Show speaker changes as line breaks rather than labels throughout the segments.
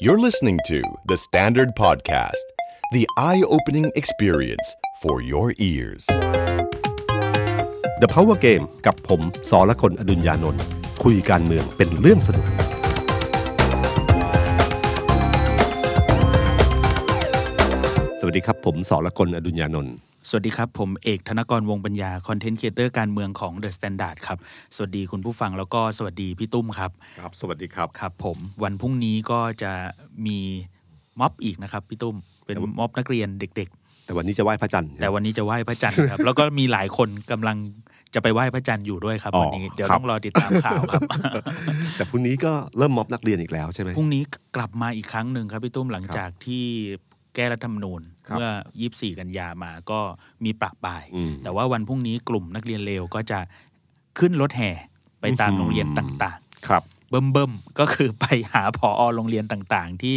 You're listening to The Standard Podcast, the eye opening experience for your ears.
The Power Game กับผมสอละคนอดุญญานนท์คุยการเมืองเป็นเรื่องสนุก สวัสดีครับผมสอละคนอดุญญานนท์
สวัสดีครับ ผมเอกธนกรวงปัญญา คอนเทนต์ครีเอเตอร์การเมืองของ The Standard ครับ สวัสดีคุณผู้ฟังแล้วก็สวัสดีพี่ตุ้มครับ
ครับ สวัสดีครับ
ครับผมวันพรุ่งนี้ก็จะมีม็อบอีกนะครับพี่ตุ้ม เป็นม็อบนักเรียนเด็ก
แต่วันนี้จะไหว้พระจันทร์
ๆ แต่วันนี้จะไหว้พระจันทร์ ครับ แล้วก็มีหลายคนกำลังจะไปไหว้พระจันทร์อยู่ด้วยครับวันนี้เดี๋ยวต้องรอติดตามข่าวครับ
แต่พรุ่งนี้ก็เริ่มม็อบนักเรียนอีกแล้วใช่ไหม
พรุ่งนี้กลับมาอีกครั้งหนึ่งครับพี่ตุ้มหลังจากที่แก้รัฐธรรมนูญ
ครับ
เมื่อ 24 กันยามาก็มีประปราย
อืม
แต่ว่าวันพรุ่งนี้กลุ่มนักเรียนเลวก็จะขึ้นรถแห่ไปตาม
อื้อหือ
โรงเรียนต่าง
ครับ
ๆ เบิ่มเบิ่มๆก็คือไปหาผอโรงเรียนต่างๆ ที่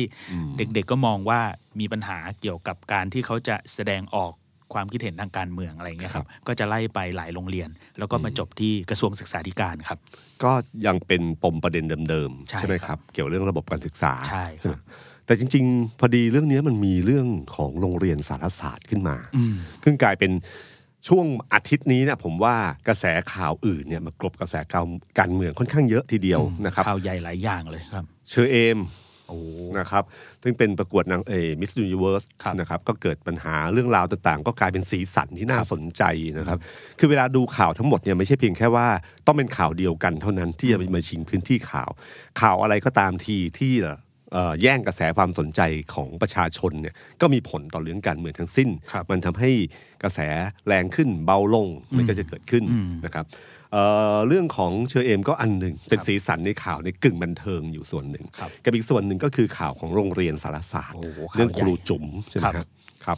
เด็กๆก็มองว่ามีปัญหาเกี่ยวกับการที่เขาจะแสดงออกความคิดเห็นทางการเมืองอะไรอย่างเงี้ยครับก็จะไล่ไปหลายโรงเรียน แล้วก็มาจบที่กระทรวงศึกษาธิการครับ
ก็ยังเป็นปมประเด็นเดิม
ใช่
ๆ ใช่ไหมค
ครั
รับ
บ
เกี่ยวเรื่องระบบการศึกษา
ใช่ครับ
ไหมแต่จริง ๆ พอดีเรื่องนี้มันมีเรื่องของโรงเรียนสารศาสตร์ขึ้นมา
อืม
ซึ่งกลายเป็นช่วงอาทิตย์นี้เนะผมว่ากระแสข่าวอื่นเนี่ยมากลบกระแสข่าวการเมืองค่อนข้างเยอะทีเดียวนะครับ
ข่าวใหญ่หลายอย่างเลยครับ
เชอเอม
โอ้
นะครับซึ่งเป็นประกวดนางเอมิสยูนิเวิร์ส
ครับ
นะครับก็เกิดปัญหาเรื่องราวต่างๆ ก็กลายเป็นสีสันที่น่าสนใจนะครับ คือเวลาดูข่าวทั้งหมดเนี่ยไม่ใช่เพียงแค่ว่าต้องเป็นข่าวเดียวกันเท่านั้นที่จะมาชิงพื้นที่ข่าว ข่าวอะไรก็ตามทีที่เอ่อแย่งกระแสความสนใจของประชาชนเนี่ยก็มีผลต่อเรื่องการเมืองทั้งสิ้น
ครับ
มันทำให้กระแสแรงขึ้นเบาลงมันก็จะเกิดขึ้น
อืม
นะครับเอ่อเรื่องของเชอเอมก็อันหนึ่งเป็น
ครับ
สีสันในข่าวในกึ่งบันเทิงอยู่ส่วนหนึ่ง
ครับ
กับอีกส่วนหนึ่งก็คือข่าวของโรงเรียนสารศาสตร์
โอ้โหข่าว
เรื่อง
ใหญ่
ครูจุ๋มใช่ไหมค
ครั
รับบ ครับ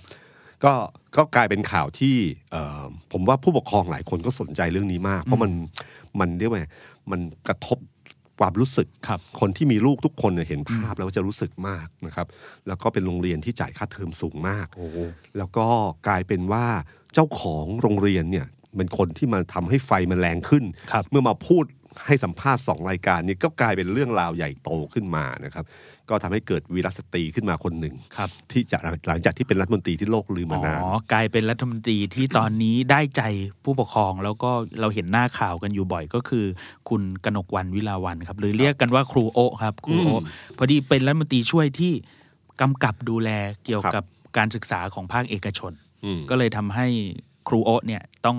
ก็ก็กลายเป็นข่าวที่เอ่อผมว่าผู้ปกครองหลายคนก็สนใจเรื่องนี้มาก เพราะมันมันเรียกว่าไงมันกระทบความรู้สึก
ครับ
คนที่มีลูกทุกคนเนี่ยเห็นภาพแล้วจะรู้สึกมากนะครับ แล้วก็เป็นโรงเรียนที่จ่ายค่าเทอมสูงมาก
โอ้โห
แล้วก็กลายเป็นว่าเจ้าของโรงเรียนเนี่ยเป็นคนที่มาทำให้ไฟมันแรงขึ้น
ครับ
เมื่อมาพูดให้สัมภาษณ์สองรายการเนี้ก็กลายเป็นเรื่องราวใหญ่โตขึ้นมานะครับ ก็ทำให้เกิดวีรสตรีขึ้นมาคนหนึ่ง
ครับ
ที่จะหลังจากที่เป็นรัฐมนตรีที่โลกลืม
อ๋อน
มาาน
กลายเป็นรัฐมนตรีที่ตอนนี้ได้ใจผู้ปกครองแล้วก็เราเห็นหน้าข่าวกันอยู่บ่อยก็คือ คุณกนกวันวิลาวันครับ หรือเรียกกันว่าครูโอะครับครูโอะพอดีเป็นรัฐมนตรีช่วยที่กำกับดูแลเกี่ยวกับการศึกษาของภาคเอกชน
อืม
ก็เลยทำให้ครูโอะเนี่ยต้อง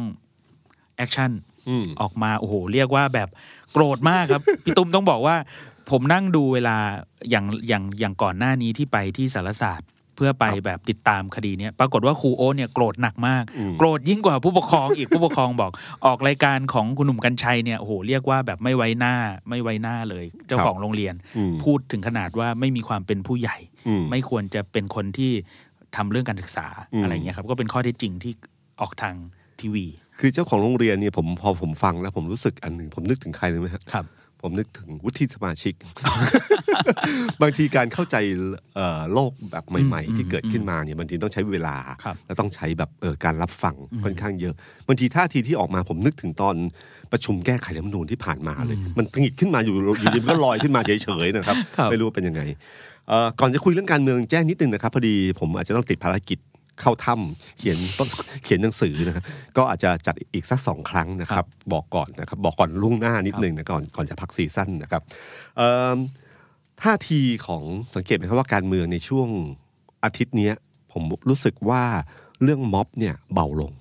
แอคชั่น
อืม
ออกมาโอ้โหเรียกว่าแบบโกรธมากครับ พี่ตุ้มต้องบอกว่า ผมนั่งดูเวลาอย่างอย่างอย่างก่อนหน้านี้ที่ไปที่สารศาสตร์ เพื่อไปแบบติดตามคดีเนี้ยปรากฏว่าครูโอตเนี่ยโกรธหนักมาก
อืม
โกรธยิ่งกว่าผู้ปกครองอีก ผู้ปกครองบอก ออกรายการของคุณหนุ่มกัญชัยเนี่ยโอ้โหเรียกว่าแบบไม่ไว้หน้าไม่ไว้หน้าเลย เจ้าของโรงเรียน
อืม
พูดถึงขนาดว่าไม่มีความเป็นผู้ใหญ่
อืม
ไม่ควรจะเป็นคนที่ทำเรื่องการศึกษา
อืม
อะไรอย่างเงี้ยครับก็เป็นข้อเท็จจริงที่ออกทางทีวี
คือเจ้าของโรงเรียนเนี่ยผมพอผมฟังแล้วผมรู้สึกอันหนึ่งผมนึกถึงใครรู้ไหมฮะ
ครับ
ผมนึกถึงวุฒิสมาชิก บางทีการเข้าใจเอ่อโลกแบบใหม่
อื
ๆ
ม
ที่เกิดขึ้นมาเนี่ยบางทีต้องใช้เวลา
ครับ
และต้องใช้แบบเอ่อการรับฟังค่อนข้างเยอะบางทีท่าทีที่ออกมาผมนึกถึงตอนประชุมแก้ไขรัฐธรรมนูญที่ผ่านมาเลย มันผงิดขึ้นมาอยู่อยู่ดีมันก็ลอยขึ้นมาเฉยๆนะครับ
ครับ
ไม่รู้ว่าเป็นยังไงเอ่อก่อนจะคุยเรื่องการเมืองแจ้งนิดนึงนะครับพอดีผมอาจจะต้องติดภารกิจเข้าถ้ำเขียน ต้นเขียนหนังสือนะครับก็อาจจะจัดอีกสักสองครั้งนะครับ บอกก่อนนะครับ บอกก่อนล่วงหน้านิดนึงนะก่อนก่อนจะพักซีซั่นนะครับเอิ่มท่าทีของสังเกตไหมครับว่าการเมืองในช่วงอาทิตย์เนี้ย ผมรู้สึกว่าเรื่องม็อบเนี่ยเบาลง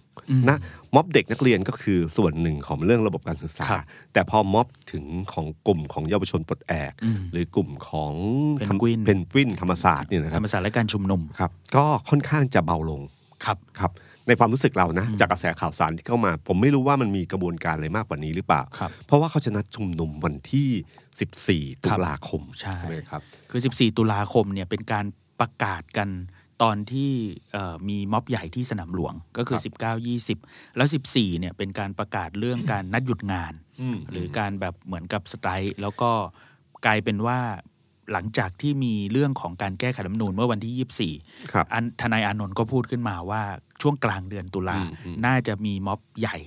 นะม็อบเด็กนักเรียนก็คือส่วนหนึ่งของเรื่องระบบการศึกษา
ครับ
แต่พอม็อบถึงของกลุ่มของเยาวชนปลดแอก
อืม
หรือกลุ่มของ
เพนกวิน
เพนกวินธรรมศาสตร์เนี่ยนะค
ธร
รับ
รมศาสตร์และการชุมนุม
ครับ ก็ค่อนข้างจะเบาลง
ครับ
ครับ ในความรู้สึกเรานะ จากกระแสข่าวสารที่เข้ามา ผมไม่รู้ว่ามันมีกระบวนการอะไรมากกว่านี้หรือเปล่า
ครับ
เพราะว่าเขาจะนัดชุมนุมวันที่ 14 ตุลาคม
ใช่
ไหมครับ
คือ 14 ตุลาคมเนี่ยเป็นการประกาศกันตอนที่เอ่อมีม็อบใหญ่ที่สนามหลวงก็คือ 19 20 แล้ว 14 เนี่ยเป็นการประกาศเรื่องการนัดหยุดงาน
อืม
หรือการแบบเหมือนกับสไตร์แล้วก็กลายเป็นว่าหลังจากที่มีเรื่องของการแก้ไขรัฐธรรมนูญเมื่อวันที่ 24
ครับ
อันทนายอานนท์ก็พูดขึ้นมาว่า ช่วงกลางเดือนตุลา
อืมอืม
น่าจะมีม็อบใหญ่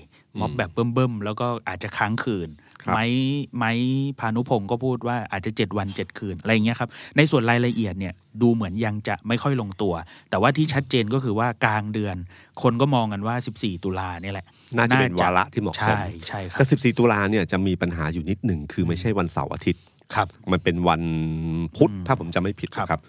ม็อบ
อืม
แบบเบิ่มๆ แล้วก็อาจจะค้างคืน
ครับ
ไม้ไม้พานุพงศ์ก็พูดว่าอาจจะเจ็ดวันเจ็ดคืน อะไรอย่างเงี้ยครับ ในส่วนรายละเอียดเนี่ยดูเหมือนยังจะไม่ค่อยลงตัว แต่ว่าที่ชัดเจนก็คือว่ากลางเดือน คนก็มองกันว่า 14 ตุลาเนี่ยแหละ
น่าจะเป็นวาระที่เหมาะสม
ใช่ใช่ครั
แต่
บ
14 ตุลาเนี่ยจะมีปัญหาอยู่นิดหนึ่งคือไม่ใช่วันเสาร์อาทิตย์
ครับ
มันเป็นวันพุธ
อืม
ถ้าผมจำไม่ผิด
ครับ
นะครับ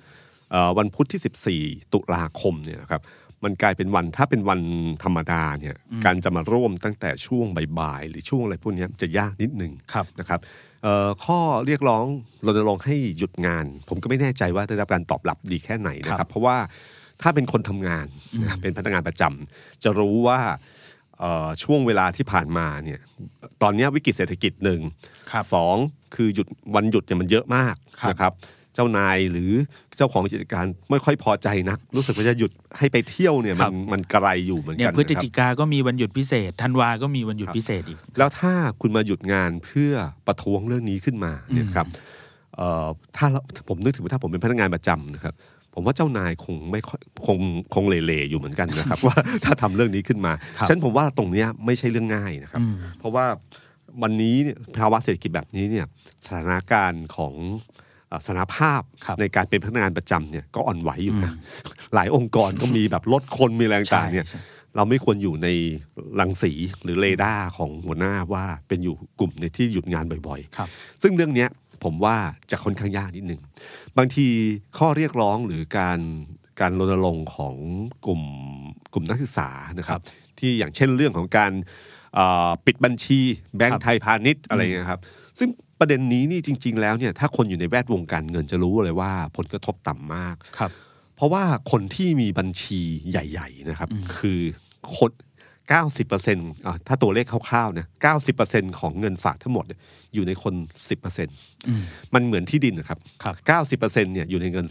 เอ่อวันพุธที่ 14 ตุลาคมเนี่ยนะครับมันกลายเป็นวันถ้าเป็นวันธรรมดาเนี่ย
อืม
การจะมาร่วมตั้งแต่ช่วงบ่ายๆหรือช่วงอะไรพวกเนี้ยจะยากนิดหนึ่ง
ครับ
นะครับเอ่อข้อเรียกร้องรณรงค์ให้หยุดงาน ผมก็ไม่แน่ใจว่าได้รับการตอบรับดีแค่ไหนนะค
ครั
รับบ เพราะว่าถ้าเป็นคนทำงานนะครับเป็นพนักงานประจำจะรู้ว่าเอ่อช่วงเวลาที่ผ่านมาเนี่ยตอนเนี้ยวิกฤตเศรษฐกิจหนึ่ง
ครับ
สองคือหยุดวันหยุดเนี่ยมันเยอะมาก
ครับ
นะครับ เจ้านายหรือเจ้าของกิจการไม่ค่อยพอใจนัก รู้สึกว่าจะหยุดให้ไปเที่ยวเนี่ยมันมันไกลอยู่เหมือน
เนี่ย
กัน
พฤศจิ
นะครั
กาก็มีวันหยุดพิเศษธันวาก็มีวันหยุดพิเศษอีก
บแล้วถ้าคุณมาหยุดงานเพื่อประท้วงเรื่องนี้ขึ้นมาเนี่ยครับเอ่อถ้าเราผมนึกถึงว่าถ้าผมเป็นพนักงานประจำนะครับ ผมว่าเจ้านายคงไม่ค่อยคงคงเหล่ๆอยู่เหมือนกัน นะครับ ว่าถ้าทำเรื่องนี้ขึ้นมา
ครับ
ฉะนันผมว่าตรงเนี้ยไม่ใช่เรื่องง่ายนะครับ
อืม
เพราะว่าวันนี้เนี่ยภาวะเศรษฐกิจแบบนี้เนี่ยสถานการณ์ของเอ่อสถานภาพ
ครับ
ในการเป็นพนักงานประจำเนี่ยก็อ่อนไหวอยู่นะหลายองค์กรก็มีแบบลดคนมีแรงต่างเนี่ย
ใช่ใช่
เราไม่ควรอยู่ในรังสีหรือเรดาร์ของหัวหน้าว่าเป็นอยู่กลุ่มในที่หยุดงานบ่อย
ครับ
ๆ ซึ่งเรื่องเนี้ยผมว่าจะค่อนข้างยากนิดนึงบางทีข้อเรียกร้องหรือการการรณรงค์ของกลุ่มกลุ่มนักศึกษานะครับ ที่อย่างเช่นเรื่องของการเอ่อปิดบัญชีแบง
ครั
ก์
บ
ไทยพาณิชย์อะไรอย่างเงี้ยครับ ซึ่งประเด็นนี้นี่จริง ๆ แล้วเนี่ยถ้าคนอยู่ในแวดวงการเงินจะรู้เลยว่าผลกระทบต่ำมาก
ครับ
เพราะว่าคนที่มีบัญชีใหญ่ ๆ นะครับ คือคน90%อ่ะถ้าตัวเลขคร่าวๆนะ90%ของเงินฝากทั้งหมดเนี่ยอยู่ในคน 10%
อืม
มันเหมือนที่ดินนะครับ
ครั
90%
บ
เนี่ยอยู่ในเงิน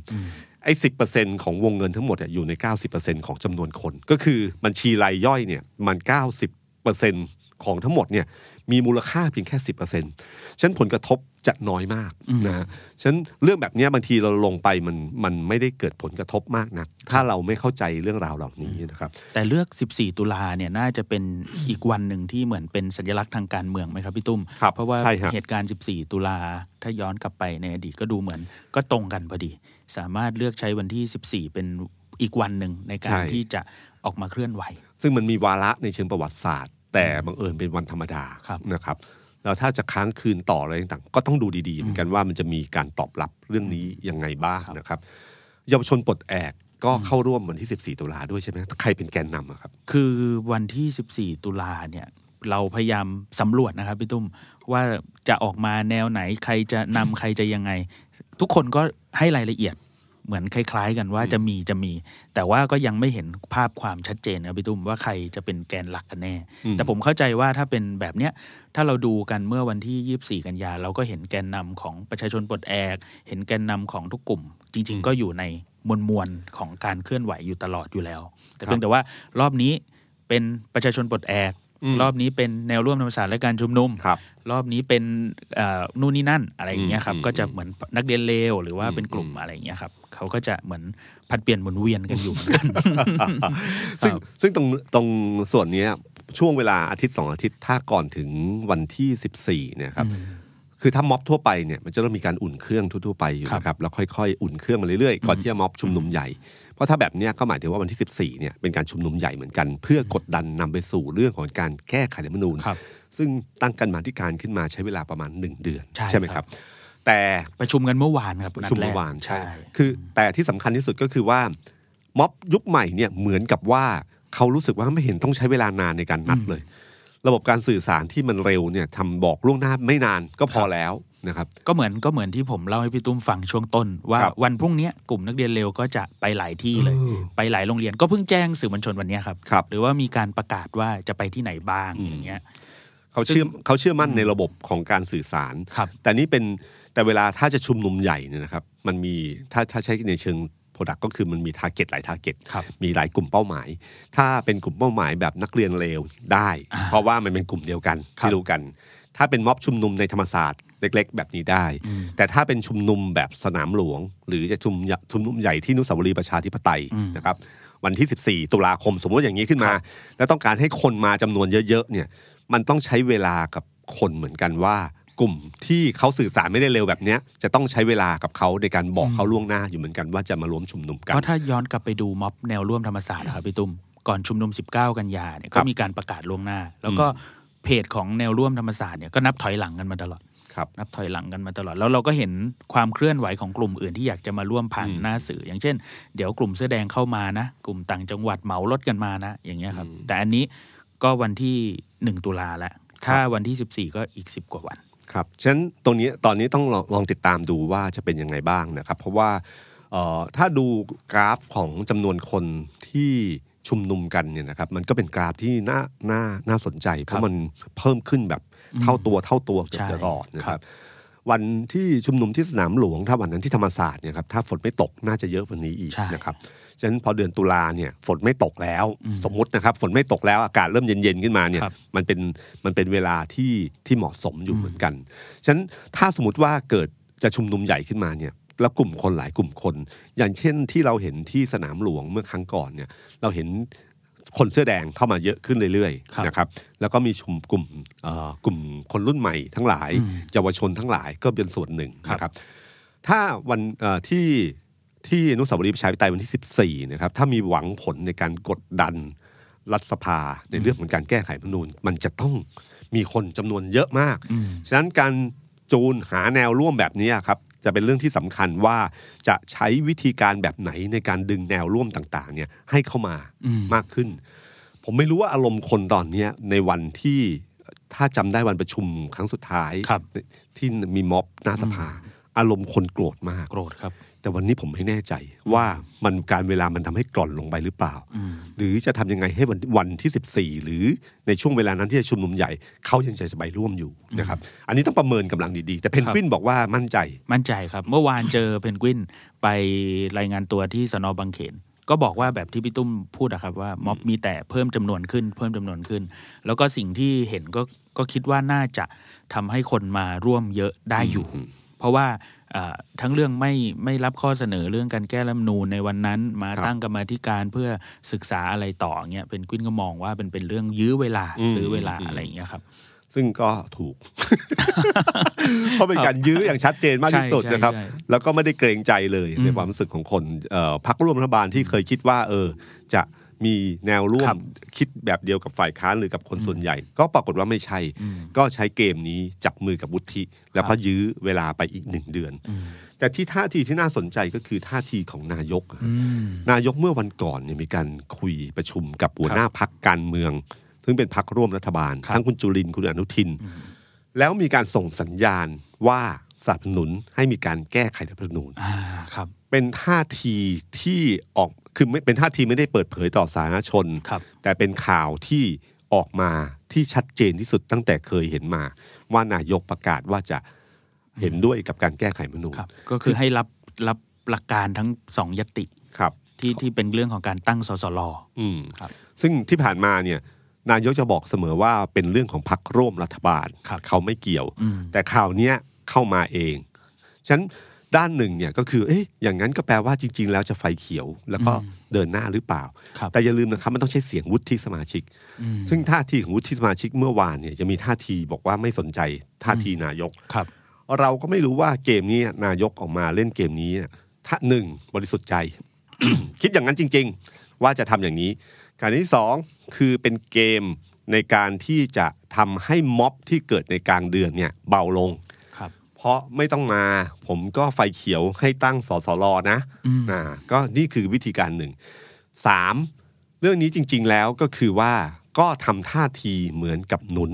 10%ไอ้10%ของวงเงินทั้งหมดเนี่ยอยู่ใน 90%ของจำนวนคน ก็คือบัญชีรายย่อยเนี่ยมัน 90%ของทั้งหมดเนี่ยมีมูลค่าเพียงแค่ 10%ฉะนั้นผลกระทบจะน้อยมาก
อืม
นะฮะ ฉะนั้นเรื่องแบบเนี้ยบางทีเราลงไปมันมันไม่ได้เกิดผลกระทบมากนะถ้าเราไม่เข้าใจเรื่องราวเหล่านี้นะครับ
แต่เลือก 14 ตุลาเนี่ยน่าจะเป็นอีกวันหนึ่งที่เหมือนเป็นสัญลักษณ์ทางการเมืองไหมครับพี่ตุ้ม
ครับ
เพราะว่า
ใช่ฮะ
เหตุการณ์ 14 ตุลาถ้าย้อนกลับไปในอดีตก็ดูเหมือนก็ตรงกันพอดี สามารถเลือกใช้วันที่ 14 เป็นอีกวันหนึ่งในการที่จะออกมาเคลื่อนไหว
ซึ่งมันมีวาระในเชิงประวัติศาสตร์ แต่บังเอิญเป็นวันธรรมดา
ครับ
นะครับแล้วถ้าจะค้างคืนต่ออะไรต่างๆก็ต้องดูดีๆ เหมือนกันว่ามันจะมีการตอบรับเรื่องนี้ยังไงบ้าง
ครับ
นะครับเยาวชนปลดแอกก็เข้าร่วมวันที่ 14 ตุลาด้วยใช่ไหมใครเป็นแกนนำอะครับ
คือวันที่ 14 ตุลาเนี่ยเราพยายามสำรวจนะครับพี่ตุ้มว่าจะออกมาแนวไหนใครจะนำใครจะยังไง ทุกคนก็ให้รายละเอียดเหมือนคล้าย ๆ กันว่าจะมีจะมี แต่ว่าก็ยังไม่เห็นภาพความชัดเจนนะพี่ตุ้มว่าใครจะเป็นแกนหลักกันแน่
อืม
แต่ผมเข้าใจว่าถ้าเป็นแบบเนี้ยถ้าเราดูกันเมื่อวันที่ 24 กันยา เราก็เห็นแกนนำของประชาชนปลดแอก เห็นแกนนำของทุกกลุ่ม จริง ๆ ก็อยู่ในมวลมวลๆของการเคลื่อนไหวอยู่ตลอดอยู่แล้ว แต่เพียงแต่ว่ารอบนี้เป็นประชาชนปลดแอก
อืม
รอบนี้เป็นแนวร่วมธรรมศาสตร์และการชุมนุม
ครับ
รอบนี้เป็นเอ่อนู่นนี่นั่นอะไรอย่างเงี้ยครับ
อืม
ก็จะเหมือนนักเรียนเลวหรือว่า
อืม
เป็นกลุ่มอะไรอย่างเงี้ยครับเขาก็จะเหมือนผลัดเปลี่ยนหมุนเวียนกันอยู่เหมือนกัน
ซึ่งซึ่งตรงตรงส่วนเนี้ยช่วงเวลาอาทิตย์สองอาทิตย์ถ้าก่อนถึงวันที่ 14เนี่ยครับ คือถ้าม็อบทั่วไปเนี่ยมันจะต้องมีการอุ่นเครื่องทั่วๆไปอยู่
ครับ
นะครับแล้วค่อยๆ อุ่นเครื่องมาเรื่อยๆก่อนที่จะม็อบชุมนุมใหญ่ เพราะถ้าแบบเนี้ยก็หมายถึงว่าวันที่ 14เนี่ยเป็นการชุมนุมใหญ่เหมือนกัน เพื่อกดดันนำไปสู่เรื่องของการแก้ไขรัฐธรรมนูญ
ครับ
ซึ่งตั้งกันมาที่การขึ้นมาใช้เวลาประมาณ 1 เดือน
ใช่
ไหมค
ครั
รับ
บ
แต่
ประชุมกันเมื่อวานครับ
ประ
ด
ชุม
แรก
เมื่อวาน
ใช่
คือแต่ที่สำคัญที่สุดก็คือว่าม็อบยุคใหม่เนี่ยเหมือนกับว่าเขารู้สึกว่าไม่เห็นต้องใช้เวลานานในการนัดเลย ระบบการสื่อสารที่มันเร็วเนี่ยทำบอกล่วงหน้าไม่นานก็พอแล้วนะครับ
ก็เหมือนก็เหมือนที่ผมเล่าให้พี่ตุ้มฟังช่วงต้น ว่า
ครับ
วันพรุ่งเนี้ยกลุ่มนักเรียนเลวก็จะไปหลายที่เลย ไปหลายโรงเรียนก็เพิ่งแจ้งสื่อมวลชนวันเนี้ยครับ
ครับ
หรือว่ามีการประกาศว่าจะไปที่ไหนบ้างอย่างเงี้ย
เขาเชื่อเขาเชื่อมั่นในระบบของการสื่อสาร
ครับ
แต่นี่เป็นแต่เวลาถ้าจะชุมนุมใหญ่เนี่ยนะครับ มันมีถ้าถ้าใช้ในเชิงโปรดักก็คือมันมีทาร์เก็ตหลายทาร์เก็ต
ครับ
มีหลายกลุ่มเป้าหมาย ถ้าเป็นกลุ่มเป้าหมายแบบนักเรียนเลวได้
อ่า
เพราะว่ามันเป็นกลุ่มเดียวกัน
ครับ
ที่รู้กัน ถ้าเป็นม็อบชุมนุมในธรรมศาสตร์เล็ก ๆ แบบนี้ได้
อืม
แต่ถ้าเป็นชุมนุมแบบสนามหลวง หรือจะชุมนุมชุมนุมใหญ่ที่อนุสาวรีย์ประชาธิปไตย
อืม
นะครับ วันที่ 14 ตุลาคมสมมติอย่างนี้ขึ้นมา แล้วต้องการให้คนมาจำนวนเยอะๆเนี่ยมันต้องใช้เวลากับคนเหมือนกันว่า กลุ่มที่เขาสื่อสารไม่ได้เร็วแบบเนี้ยจะต้องใช้เวลากับเขาในการบอกเขาล่วงหน้าอยู่เหมือนกันว่าจะมารวมชุมนุมกัน
เพราะถ้าย้อนกลับไปดูม็อบแนวร่วมธรรมศาสตร์นะครับพี่ตุ้มก่อนชุมนุม 19 กันยาเนี่ย
ครั
ก็
บ
มีการประกาศล่วงหน้า แล้วก็เพจของแนวร่วมธรรมศาสตร์เนี่ยก็นับถอยหลังกันมาตลอด
ครับ
นับถอยหลังกันมาตลอดแล้วเราก็เห็นความเคลื่อนไหวของกลุ่มอื่นที่อยากจะมาร่วมผ่าน
อืม
หน้าสื่อ อย่างเช่น เดี๋ยวกลุ่มเสื้อแดงเข้ามานะ กลุ่มต่างจังหวัดเหมารถกันมานะ อย่างเงี้ยครับ
อืม
แต่อันนี้ก็วันที่ 1 ตุลาแล้ว ถ้าวันที่ 14 ก็อีก 10 กว่าวัน
ครับฉะนั้นตรงนี้ตอนนี้ต้องลองลองติดตามดูว่าจะเป็นยังไงบ้างนะครับ เพราะว่าเอ่อถ้าดูกราฟของจำนวนคนที่ชุมนุมกันเนี่ยนะครับ มันก็เป็นกราฟที่น่าน่าน่าสนใจ เพราะมันเพิ่มขึ้นแบบเท่าตัวเท่าตัวเกือบตลอดนะค
ครั
รับ บ วันที่ชุมนุมที่สนามหลวงถ้าวันนั้นที่ธรรมศาสตร์เนี่ยครับถ้าฝนไม่ตกน่าจะเยอะกว่านี้อีก
ใช่
นะครับฉะนั้นพอเดือนตุลาเนี่ยฝนไม่ตกแล้ว สมมตินะครับฝนไม่ตกแล้วอากาศเริ่มเย็นๆขึ้นมาเนี่ย
ครับ
มันเป็นมันเป็นเวลาที่ที่เหมาะสมอยู่เหมือนกันฉะนั้นถ้าสมมติว่าเกิดจะชุมนุมใหญ่ขึ้นมาเนี่ยแล้วกลุ่มคนหลายกลุ่มคน อย่างเช่นที่เราเห็นที่สนามหลวงเมื่อครั้งก่อนเนี่ยเราเห็นคนเสื้อแดงเข้ามาเยอะขึ้นเรื่อย
ครับ
ๆนะครับแล้วก็มีชุมกลุ่มเอ่อกลุ่มคนรุ่นใหม่ทั้งหลาย
อืม
เยาวชนทั้งหลายก็เป็นส่วนหนึ่ง
ครับ
นะครับ ถ้าวันเอ่อที่ที่อนุสาวรีย์ประชาธิปไตยวันที่ 14นะครับถ้ามีหวังผลในการกดดันรัฐสภาในเรื่องของการแก้ไขรัฐธรรมนูญมันจะต้องมีคนจำนวนเยอะมาก
อืม
ฉะนั้นการจูนหาแนวร่วมแบบนี้ครับจะเป็นเรื่องที่สำคัญว่าจะใช้วิธีการแบบไหนในการดึงแนวร่วมต่างๆเนี่ยให้เข้ามา
อืม
มากขึ้น ผมไม่รู้ว่าอารมณ์คนตอนเนี้ยในวันที่ถ้าจำได้วันประชุมครั้งสุดท้าย
ครับ
ที่มีม็อบหน้าสภา อารมณ์คนโกรธมาก
โกรธครับ
แต่วันนี้ผมไม่แน่ใจว่ามันการเวลามันทำให้กร่อนลงไปหรือเปล่า
อืม
หรือจะทำยังไงให้วันวันที่ 14 หรือในช่วงเวลานั้นที่จะชุมนุมใหญ่เขายังจะไปร่วมอยู่นะครับ อันนี้ต้องประเมินกำลังดีๆ แต่เพนกวินบอกว่ามั่นใจ
มั่นใจครับ เมื่อวานเจอเพนกวินไปรายงานตัวที่สนบางเขน ก็บอกว่าแบบที่พี่ตุ้มพูดอะครับว่าม็อบมีแต่เพิ่มจำนวนขึ้น เพิ่มจำนวนขึ้น แล้วก็สิ่งที่เห็นก็ก็คิดว่าน่าจะทำให้คนมาร่วมเยอะได้อยู่ เพราะว่าเอ่อทั้งเรื่องไม่ไม่รับข้อเสนอเรื่องการแก้รัฐธรรมนูญในวันนั้นมา
ครับ
ตั้งกรรมาธิการเพื่อศึกษาอะไรต่อเงี้ยเป็นกวินก็มองว่าเป็นเป็นเรื่องยื้อเวลา
อืม
ซื้อเวลา
อืม
อะไรอย่างเงี้ยครับ
ซึ่งก็ถูก เพราะเป็นการยื้ออย่างชัดเจนมากที่สุด
ใช่
นะครับ
ใช่
แล้วก็ไม่ได้เกรงใจเลย
อืม
ในความรู้สึกของคนเอ่อพรรคร่วมรัฐบาลที่เคยคิดว่า เออ จะมีแนวร่ว
ครั
ม
บ
คิดแบบเดียวกับฝ่ายค้านหรือกับคนส่วนใหญ่ ก็ปรากฏว่าไม่ใช่
อืม
ก็ใช้เกมนี้จับมือกับวุฒิแล้ว
ครั
ก็
บ
ยื้อเวลาไปอีกหนึ่งเดือน
อืม
แต่ที่ท่าทีที่น่าสนใจก็คือท่าทีของนายกอะ
อืม
นายกเมื่อวันก่อนเนี่ยมีการคุยประชุมกับหัวหน้าพักการเมือง ซึ่งเป็นพักร่วมรัฐบาล
ครับ
ทั้งคุณจุรินทร์คุณอนุทิน แล้วมีการส่งสัญญาณว่าสนับสนุนให้มีการแก้ไขรัฐธรรมนูญ
่าครับ
เป็นท่าทีที่ออกคือไม่เป็นท่าทีไม่ได้เปิดเผยต่อสาธารณชน
ครับ
แต่เป็นข่าวที่ออกมาที่ชัดเจนที่สุดตั้งแต่เคยเห็นมา ว่านายกประกาศว่าจะเห็นด้วยกับการแก้ไขรัฐธรรมนูญ
ครับก็คือให้รับรับหลักการทั้งสองยตติ
ครับ
ที่ที่เป็นเรื่องของการตั้งสสล
อืม
ครับ
ซึ่งที่ผ่านมาเนี่ยนายกจะบอกเสมอว่าเป็นเรื่องของพรรคร่วมรัฐบาล
ครับ
เขาไม่เกี่ยว
อืม
แต่ข่าวเนี้ยเข้ามาเอง ฉะนันด้านหนึ่งเนี่ยก็คือเอ๊ะอย่างนั้นก็แปลว่าจริง ๆ แล้วจะไฟเขียวแล้วก็เดินหน้าหรือเปล่า
ครับ
แต่อย่าลืมนะครับมันต้องใช้เสียงวุฒิสมาชิก
อืม
ซึ่งท่าทีของวุฒิสมาชิกเมื่อวานเนี่ยจะมีท่าทีบอกว่าไม่สนใจท่าทีนายก
ครับ
เราก็ไม่รู้ว่าเกมนี้นายกออกมาเล่นเกมนี้เนี่ยถ้าหนึ่งบริสุทธิ์ใจ คิดอย่างนั้นจริง ๆ ว่าจะทำอย่างนี้การที่สองคือเป็นเกมในการที่จะทำให้ม็อบที่เกิดในกลางเดือนเนี่ยเบาลง
ครับ
เพราะไม่ต้องมา ผมก็ไฟเขียวให้ตั้งสสรนะ
อืม
อ่าก็นี่คือวิธีการหนึ่งสามเรื่องนี้จริง ๆ แล้วก็คือว่าก็ทำท่าทีเหมือนกับหนุน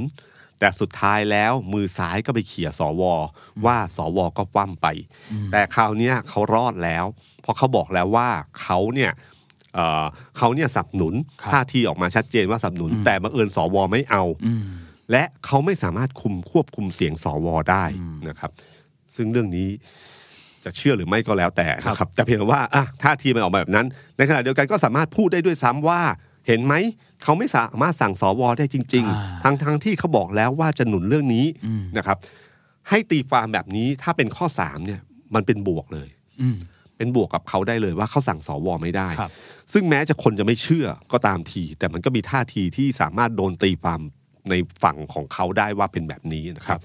แต่สุดท้ายแล้วมือซ้ายก็ไปเขี่ยสวว่าสวก็คว่ำไป แต่คราวเนี้ยเขารอดแล้ว เพราะเขาบอกแล้วว่าเขาเนี่ยเอ่อเขาเนี่ยสนับสนุน
ครับ
ท่าทีออกมาชัดเจนว่าสนับสนุน แต่บังเอิญสวไม่เอา
อืม
และเขาไม่สามารถคุมควบคุมเสียงสวได้นะครับ ซึ่งเรื่องนี้จะเชื่อหรือไม่ก็แล้วแต่นะครับ แต่เพียงแต่ว่าอ่ะท่าทีมันออกมาแบบนั้น ในขณะเดียวกันก็สามารถพูดได้ด้วยซ้ำว่า เห็นไหม เขาไม่สามารถสั่งสวได้จริง
อ่
ๆ ทั้งทั้งๆที่เขาบอกแล้วว่าจะหนุนเรื่องนี้
อืม
นะครับ ให้ตีความแบบนี้ถ้าเป็นข้อสามเนี่ย มันเป็นบวกเลย
อืม
เป็นบวกกับเขาได้เลยว่าเขาสั่งสวไม่ได้
ครับ
ซึ่งแม้จะคนจะไม่เชื่อก็ตามที แต่มันก็มีท่าทีที่สามารถโดนตีความในฝั่งของเขาได้ว่าเป็นแบบนี้นะครับฉ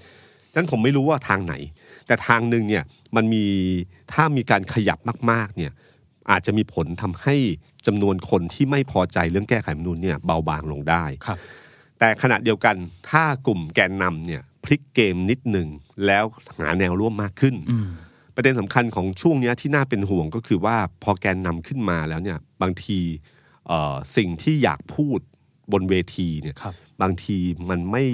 ะนั้นผมไม่รู้ว่าทางไหน แต่ทางหนึ่งเนี่ยมันมีถ้ามีการขยับมากๆเนี่ยอาจจะมีผลทำให้จำนวนคนที่ไม่พอใจเรื่องแก้ไขรัฐธรรมนูญเนี่ยเบาบางลงได้
ครับ
แต่ขณะเดียวกันถ้ากลุ่มแกนนำเนี่ยพลิกเกมนิดหนึ่งแล้วหาแนวร่วมมากขึ้น
อืม
ประเด็นสำคัญของช่วงเนี้ยที่น่าเป็นห่วงก็คือว่าพอแกนนำขึ้นมาแล้วเนี่ยบางทีเอ่อสิ่งที่อยากพูดบนเวทีเนี่ย
ครับ
บางทีมันไม่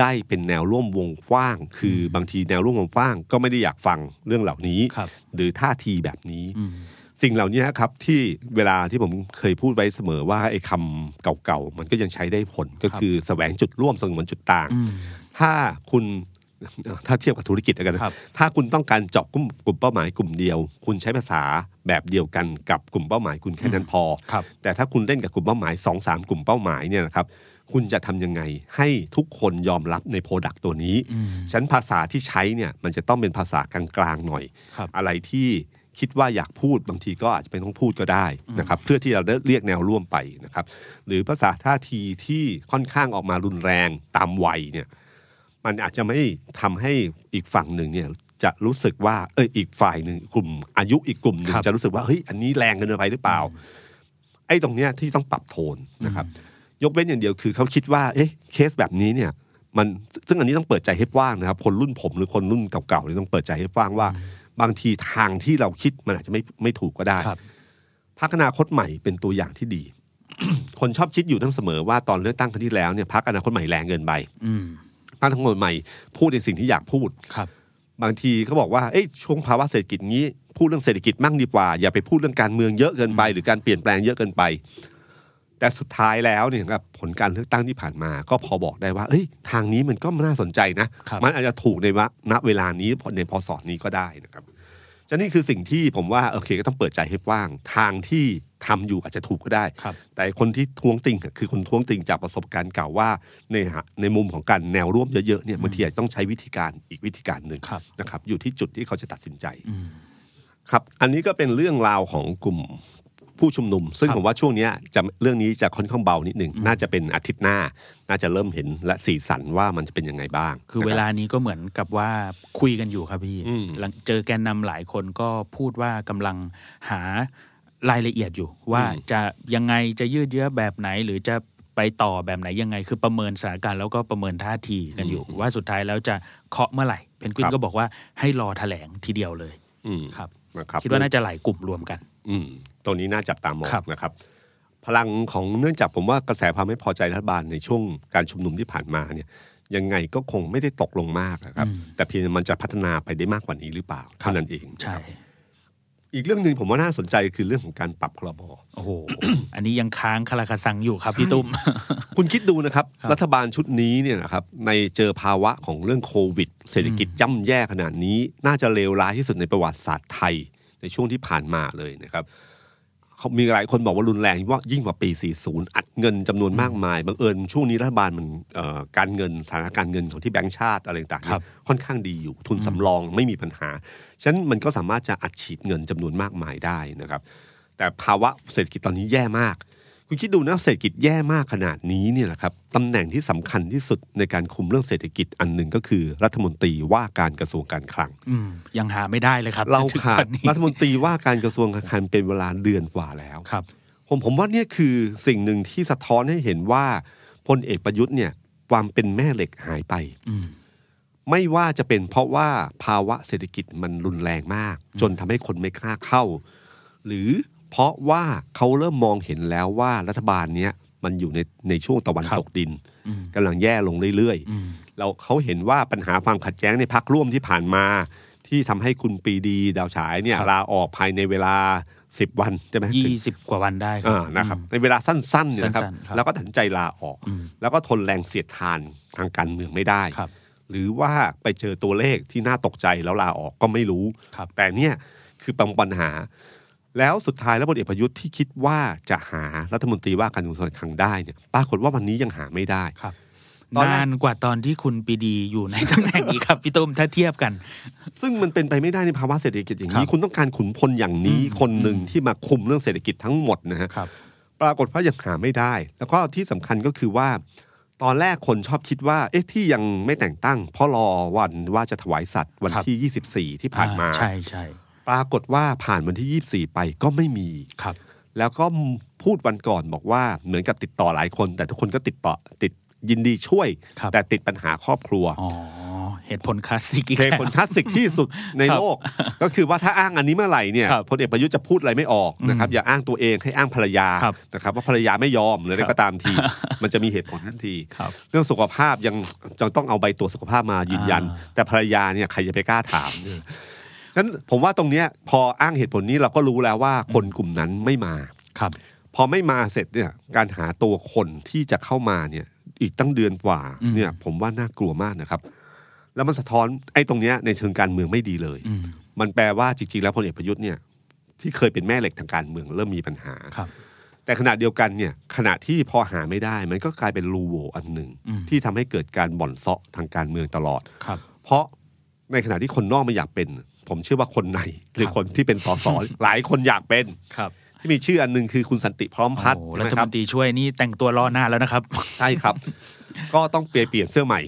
ได้เป็นแนวร่วมวงกว้าง คือบางทีแนวร่วมวงกว้าง ก็ไม่ได้อยากฟังเรื่องเหล่านี้
ครับ
หรือท่าทีแบบนี้
อืม
สิ่งเหล่านี้ครับที่เวลาที่ผมเคยพูดไว้เสมอว่าไอ้คำเก่าๆ มันก็ยังใช้ได้ผลก็คือแสวงจุดร่วมสงวนจุดต่าง
อืม
ถ้าคุณ ถ้าเทียบกับธุรกิจแล้วกันนะครับ ถ้าคุณต้องการเจาะกลุ่มกลุ่มเป้าหมายกลุ่มเดียว คุณใช้ภาษาแบบเดียวกันกับกลุ่มเป้าหมายคุณแค่นั้นพอ
ครับ
แต่ถ้าคุณเล่นกับกลุ่มเป้าหมาย2อสากลุ่มเป้าหมายเนี่ยนะครับคุณจะทำยังไงให้ทุกคนยอมรับในโปรดักต์ตัวนี้
อืม
ฉะนันภาษาที่ใช้เนี่ยมันจะต้องเป็นภาษากลางๆหน่อย
ครับ
อะไรที่คิดว่าอยากพูดบางทีก็อาจจะไม่ต้องพูดก็ได้นะครับเพื่อที่เราได้เรียกแนวร่วมไปนะครับ หรือภาษาท่าทีที่ค่อนข้างออกมารุนแรงตามวัยเนี่ยมันอาจจะไม่ทำให้อีกฝั่งหนึ่งเนี่ยจะรู้สึกว่าเอออีกฝ่ายหนึ่งกลุ่ม อายุอีกกลุ่มหนึ่ง
ครับ
จะรู้สึกว่าเฮ้ยอันนี้แรงเกินไปหรือเปล่า ไอ้ตรงเนี้ยที่ต้องปรับโทนนะครับ ยกเว้นอย่างเดียวคือเขาคิดว่า เอ๊ะ เคสแบบนี้เนี่ย มันซึ่งอันนี้ต้องเปิดใจให้กว้างนะครับ คนรุ่นผมหรือคนรุ่นเก่าๆเนี่ยต้องเปิดใจให้กว้างว่า บางทีทางที่เราคิดมันอาจจะไม่ไม่ถูกก็ได้
ครับ
พักอนาคตใหม่เป็นตัวอย่างที่ ดี คนชอบคิดอยู่ทั้งเสมอว่าตอนเลือกตั้งครั้งที่แล้วเนี่ยพักอนาคตใหม่แรงเกินไป
อืม
พักอนาคตใหม่พูดในสิ่งที่อยากพูด
ครับ
บางทีเขาบอกว่าเอ้ยช่วงภาวะเศรษฐกิจงี้ พูดเรื่องเศรษฐกิจมั่งดีกว่า อย่าไปพูดเรื่องการเมืองเยอะเกินไป หรือการเปลี่ยนแปลงเยอะเกินไป แต่สุดท้ายแล้วเนี่ยครับผลการเลือกตั้งที่ผ่านมา ก็พอบอกได้ว่า เอ้ย ทางนี้มันก็น่าสนใจนะ
ครับ
มันอาจจะถูกในวะณเวลานี้ในพศนี้ก็ได้นะครับจะนี่คือสิ่งที่ผมว่าโอเคก็ต้องเปิดใจให้กว้าง ทางที่ทำอยู่อาจจะถูกก็ได้
ครับ
แต่คนที่ท้วงติงอะคือคนท้วงติงจากประสบการณ์เก่าว่าในหาในมุมของการแนวร่วมเยอะๆเนี่ยบางทีอาจจะต้องใช้วิธีการอีกวิธีการหนึ่ง
ครับ
นะครับ อยู่ที่จุดที่เขาจะตัดสินใจ
อืม
ครับ อันนี้ก็เป็นเรื่องราวของกลุ่มผู้ชุมนุม ซึ่ง
ครับ
ผมว่าช่วงเนี้ยจะเรื่องนี้จะค่อนข้างเบานิดหนึ่งน่าจะเป็นอาทิตย์หน้า น่าจะเริ่มเห็นและสีสันว่ามันจะเป็นยังไงบ้าง
คือเวลานี้ก็เหมือนกับว่าคุยกันอยู่ครับพี่หลังเจอแกนนำหลายคนก็พูดว่ากำลังหารายละเอียดอยู่ ว่าจะยังไงจะยืดเยื้อแบบไหน หรือจะไปต่อแบบไหนยังไง คือประเมินสถานการณ์แล้วก็ประเมินท่าทีกันอยู่ ว่าสุดท้ายแล้วจะเคาะเมื่อไหร่ เพนกวินก็บอกว่าให้รอแถลงทีเดียวเลย
อืม
ครับ
นะครับ
คิดว่าน่าจะหลายกลุ่มรวมกัน
อืมตรงนี้น่าจับตามอง
ครับ
นะครับ พลังของเนื่องจากผมว่ากระแสความไม่พอใจรัฐบาลในช่วงการชุมนุมที่ผ่านมาเนี่ยยังไงก็คงไม่ได้ตกลงมากนะครับ
อืม
แต่เพียงมันจะพัฒนาไปได้มากกว่านี้หรือเปล่าเท่านั้นเอง
ใช่
ครับอีกเรื่องหนึ่งผมว่าน่าสนใจคือเรื่องของการปรับครม
โอ้โห อันนี้ยังค้างคาราคาซังอยู่ครับพี่ตุ้ม
คุณคิดดูนะครับ
ครับ
รัฐบาลชุดนี้เนี่ยนะครับในเจอภาวะของเรื่องโควิด เศรษฐกิจย่ำแย่ขนาดนี้ น่าจะเลวร้ายที่สุดในประวัติศาสตร์ไทยในช่วงที่ผ่านมาเลยนะครับเขามีหลายคนบอกว่ารุนแรงว่ายิ่งกว่าปี 40 อัดเงินจำนวนมากมายบังเอิญช่วงนี้รัฐบาลมันเอ่อการเงินสถานการณ์เงินของที่แบงก์ชาติอะไรต่างๆ
ค
เนี่
รั
ย
บ
ค่อนข้างดีอยู่ทุนสำรองไม่มีปัญหาฉะนั้นมันก็สามารถจะอัดฉีดเงินจำนวนมากมายได้นะครับ แต่ภาวะเศรษฐกิจตอนนี้แย่มาก คุณคิดดูนะเศรษฐกิจแย่มากขนาดนี้เนี่ยแหละครับตำแหน่งที่สำคัญที่สุดในการคุมเรื่องเศรษฐกิจอันหนึ่งก็คือ รัฐมนตรีว่าการกระทรวงการคลัง
อืมยังหาไม่ได้เลยครับ
เรา
จนถึง
ขา
ต
ด
อนนี้
รัฐมนตรีว่าการกระทรวงการคลังเป็นเวลาเดือนกว่าแล้ว
ครับ
ผมผมว่าเนี่ยคือสิ่งหนึ่งที่สะท้อนให้เห็นว่าพลเอกประยุทธ์เนี่ยความเป็นแม่เหล็กหายไป
อืม
ไม่ว่าจะเป็นเพราะว่าภาวะเศรษฐกิจมันรุนแรงมาก จนทำให้คนไม่กล้าเข้า หรือเพราะว่าเขาเริ่มมองเห็นแล้วว่ารัฐบาลเนี้ยมันอยู่ในในช่วงตะวันตกดิน
อืม
กำลังแย่ลงเรื่อย
อืม
ๆเราเขาเห็นว่าปัญหาความขัดแย้งในพักร่วมที่ผ่านมา ที่ทำให้คุณปรีดีดาวฉายเนี่ย
ครับ
ลาออกภายในเวลา 10 วันใช่ไหม
ยี่สิบกว่าวันได้ครั
อ่านะครับในเวลาสั้นๆเนี่ยนะครับ
สั้นๆครับ
แล้วก็ตัดสินใจลาออก
อืม
แล้วก็ทนแรงเสียดทานทางการเมืองไม่ได้
ครับ
หรือว่าไปเจอตัวเลขที่น่าตกใจแล้วลาออกก็ไม่รู้
ครับ
แต่เนี่ยคือปัญปัญหา แล้วสุดท้ายแล้วพลเอกประยุทธ์ที่คิดว่าจะหารัฐมนตรีว่าการกระทรวงการคลังได้เนี่ยปรากฏว่าวันนี้ยังหาไม่ได้
ครับ
ตอนแรก
นานกว่าตอนที่คุณปรีดีอยู่ในตำแหน่งนี้ครับ พี่ตุ้มถ้าเทียบกัน
ซึ่งมันเป็นไปไม่ได้ในภาวะเศรษฐกิจอย่าง
ครั
นี้
บ
คุณต้องการขุนพลอย่างนี้
อืม
คนหนึ่งที่มาคุมเรื่องเศรษฐกิจทั้งหมดนะฮะ
ครับ
ปรากฏว่ายังหาไม่ได้ แล้วก็ที่สำคัญก็คือว่า ตอนแรกคนชอบคิดว่า เอ๊ะที่ยังไม่แต่งตั้ง เพราะรอวันว่าจะถวายสัตว์วัน
ครับ
ที่ 24 ที่ผ่านมา
อ่ใช่ใช่
ปรากฏว่าผ่านวันที่ 24 ไปก็ไม่มี
ครับ
แล้วก็พูดวันก่อนบอกว่าเหมือนกับติดต่อหลายคน แต่ทุกคนก็ติดต่อติดยินดีช่วย
ครับ
แต่ติดปัญหาครอบครัว
อ๋อเหตุผลคลาสสิกอีก
เพลง
แล้
ผล
ว
คลาสสิกที่สุดใน
ครับ
โลก ก็คือว่าถ้าอ้างอันนี้เมื่อไหร่เนี่ย
ครับ
พลเอกประยุทธ์จะพูดอะไรไม่ออกนะครับ
อืม
อย่าอ้างตัวเองให้อ้างภรรยา
ครับ
นะครับว่าภรรยาไม่ยอมหรืออะไร
ครับ
ก็ตามที มันจะมีเหตุผลทันที
ครับ
เรื่องสุขภาพยังจะต้องเอาใบตรวจสุขภาพมายืนยัน
อ่า
แต่ภรรยาเนี่ยใครจะไปกล้าถามเนี่ยฉะนั้นผมว่าตรงเนี้ยพออ้างเหตุผลนี้เราก็รู้แล้วว่าคนกลุ่มนั้นไม่มา
ครับ
พอไม่มาเสร็จเนี่ยการหาตัวคนที่จะเข้ามาเนี่ยอีกตั้งเดือนกว่าเนี่ยผมว่าน่ากลัวมากนะครับ แล้วมันสะท้อนไอ้ตรงเนี้ยในเชิงการเมืองไม่ดีเลย
อืม
มันแปลว่าจริงๆแล้วพลเอกประยุทธ์เนี่ยที่เคยเป็นแม่เหล็กทางการเมืองเริ่มมีปัญหา
ครับ
แต่ขณะเดียวกันเนี่ยขณะที่พอหาไม่ได้ มันก็กลายเป็นรูโหวอันหนึ่ง
อืม
ที่ทำให้เกิดการบ่อนเซาะทางการเมืองตลอด
ครับ
เพราะในขณะที่คนนอกไม่อยากเป็น ผมเชื่อว่าคนในหรือ
ครับ
คนที่เป็นส สหลายคนอยากเป็น
ครับ
ที่มีชื่ออันหนึงคือคุณสันติพร้อมพัฒน์
โอ้
ใช่
รั
ไหม
ฐ
ค
ม
รับ
นตรีช่วยนี่แต่งตัวรอหน้าแล้วนะครับ
ใช่ครับ ก็ต้องเปลี่ยนเปลี่ยนเสื้อใหม่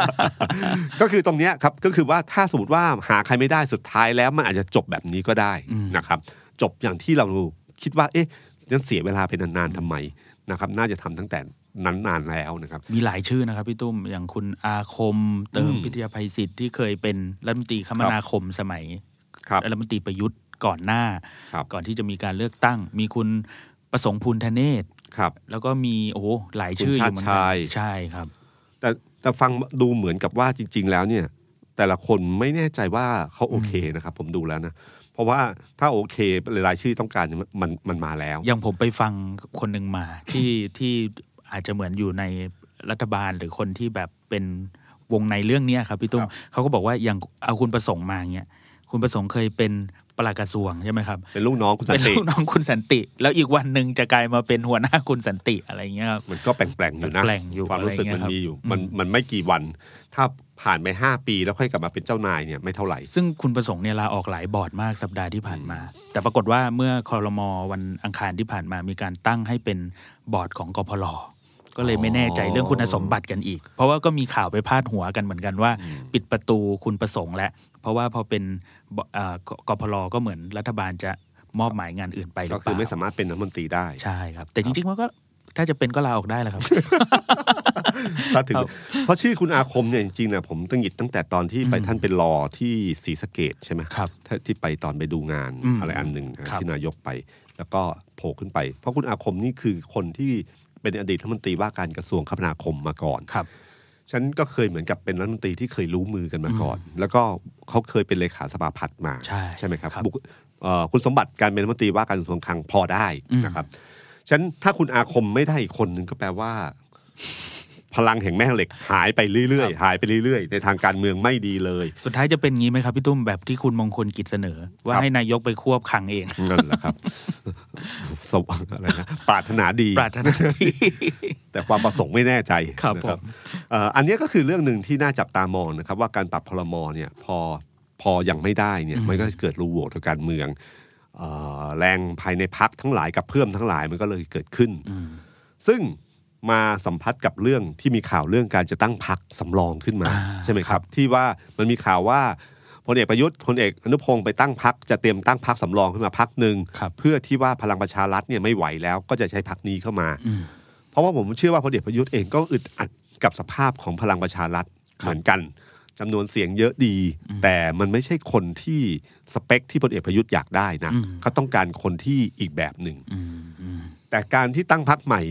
ก็คือตรงเนี้ยครับก็คือว่าถ้าสมมติว่าหาใครไม่ได้สุดท้ายแล้วมันอาจจะจบแบบนี้ก็ได้นะครับ จบอย่างที่เราคิดว่า เอ๊ะนั้นเสียเวลาไปนานๆทำไมนะครับ น่าจะทำตั้งแต่นั้นนานแล้วนะครับ
มีหลายชื่อนะครับพี่ตุ้มอย่างคุณอาคม เติม
อืม
พิทยาภัยศิษฐ์ที่เคยเป็นรัฐมนตรีคมนาคมสมัย
ครับ
รัฐมนตรีประยุทธ์ก่อนหน้า
ครับ
ก่อนที่จะมีการเลือกตั้ง มีคุณประสงค์ภูลธเนศ
ครับ
แล้วก็มีโอ้โหหลายชื่ออยู่เหมือน
คุณ
กั
ชาติชาย
ใช่ครับ
แต่แต่ฟังดูเหมือนกับว่าจริง ๆ แล้วเนี่ย แต่ละคนไม่แน่ใจว่าเขาโอเคนะครับ ผมดูแล้วนะ เพราะว่าถ้าโอเคหลายๆชื่อต้องการเนี่ยมันมันมาแล้ว
อย่างผมไปฟังคนหนึ่งมา ที่ที่อาจจะเหมือนอยู่ในรัฐบาลหรือคนที่แบบเป็นวงในเรื่องเนี้ยครับพี่ตุ้
ค
ม
รับ
เขาก็บอกว่าอย่างเอาคุณประสงค์มาเนี้ยคุณประสงค์เคยเป็นปลัดกระทรวงใช่ไหมครับ
เป็นลูกน้องคุณสัน
เป็น
ติ
ลูกน้องคุณสันติ แล้วอีกวันหนึ่งจะกลายมาเป็นหัวหน้าคุณสันติอะไรเงี้ยครับ
มันก็แปลงๆอยู่นะ
แปลงๆอยู่
ความรู้สึก
อะไร
มัน
เงี้
มี
ยครับ
อยู่
อืม
มันมันไม่กี่วัน ถ้าผ่านไปห้าปีแล้วค่อยกลับมาเป็นเจ้านายเนี่ยไม่เท่าไหร่
ซึ่งคุณประสงค์เนี่ยลาออกหลายบอร์ดมากสัปดาห์ที่ผ่านมา แต่ปรากฏว่าเมื่อคอรมอวันอังคารที่ผ่านมามีการตั้งให้เป็นบอร์ดของกพลก็เลยไม่แน่ใจเรื่องคุณสมบัติกันอีก เพราะว่าก็มีข่าวไปพาดหัวกันเหมือนกันว่า ปิดประตูคุณประสงค์แล้วเพราะว่าพอเป็นบเอ่อกกพลก็เหมือนรัฐบาลจะมอบหมายงานอื่นไปหรื
ก็
อเป
คือ
ล่า
ไม่สามารถเป็นรัฐมนตรีได้
ใช่ครับ แต่จริงๆมันก็ถ้าจะเป็นก็ลาออกได้แหละครับ
ถ้าถึง
ครับ
เพราะชื่อคุณอาคมเนี่ยจริงๆเนี่ยผมตั้งหงิดตั้งแต่ตอนที่ไป
อืม
ท่านเป็นรอที่ศรีสะเกดใช่ไหม
ครับ
ถ้าที่ไปตอนไปดูงาน
อืม
อะไรอันหนึ่งนะครับ ที่นายกไป แล้วก็โผล่ขึ้นไป เพราะคุณอาคมนี่คือคนที่เป็นอดีตรัฐมนตรีว่าการกระทรวงคมนาคมมาก่อน
ครับ
ฉันก็เคยเหมือนกับเป็นรัฐมนตรีที่เคยรู้มือกันมาก่อน แล้วก็เขาเคยเป็นเลขาสภาพัฒน์มา
ใช่
ไหมครับ
ครับ
บุคเอ่อคุณสมบัติการเป็นรัฐมนตรีว่าการกระทรวงคลังพอได้
อืม
นะครับฉะนันถ้าคุณอาคมไม่ได้อีกคนหนึ่งก็แปลว่า พลังแห่งแม่เหล็กหายไปเรื่อยๆหายไปเรื่อยๆ ในทางการเมืองไม่ดีเลย
สุดท้ายจะเป็นงี้ไหมครับพี่ตุ้มแบบที่คุณมงคลกิจเสนอ ว่า
ครับ
ให้นายกไปควบคังเอง
นั่นแหละครับ สวรรค์อะไรนะปรารถนาดี
ปรารถนาดี
แต่ความประสงค์ไม่แน่ใจ
ครับ
นะ
ผม
เอ่ออันนี้ก็คือเรื่องหนึ่งที่น่าจับตามองนะครับ ว่าการปรับพลมเนี่ยพอพอยังไม่ได้เนี่ยมันก็เกิดรูโหว่ทางการเมืองเอ่อแรงภายในพักทั้งหลายกับเพื่อมทั้งหลายมันก็เลยเกิดขึ้น ซึ่งมาสัมผัสกับเรื่องที่มีข่าวเรื่องการจะตั้งพักสำรองขึ้นมา
อ่า
ใช่ไหมครับ ที่ว่ามันมีข่าวว่าพลเอกประยุทธ์พลเอกอนุพงศ์ไปตั้งพักจะเตรียมตั้งพักสำรองขึ้นมาพักหนึ่ง
ครับ
เพื่อที่ว่าพลังประชารัฐเนี่ยไม่ไหวแล้วก็จะใช้พรรคนี้เข้ามา
อืม
เพราะว่าผมเชื่อว่าพลเอกประยุทธ์เองก็อึดอัดกับสภาพของพลังประชารัฐ
ครับ
เหมือนกันจำนวนเสียงเยอะดี แต่มันไม่ใช่คนที่สเปคที่พลเอกประยุทธ์อยากได้นะ
อืม
เขาต้องการคนที่อีกแบบหนึ่ง
อืมอืม
แต่การที่ตั้งพักใหม่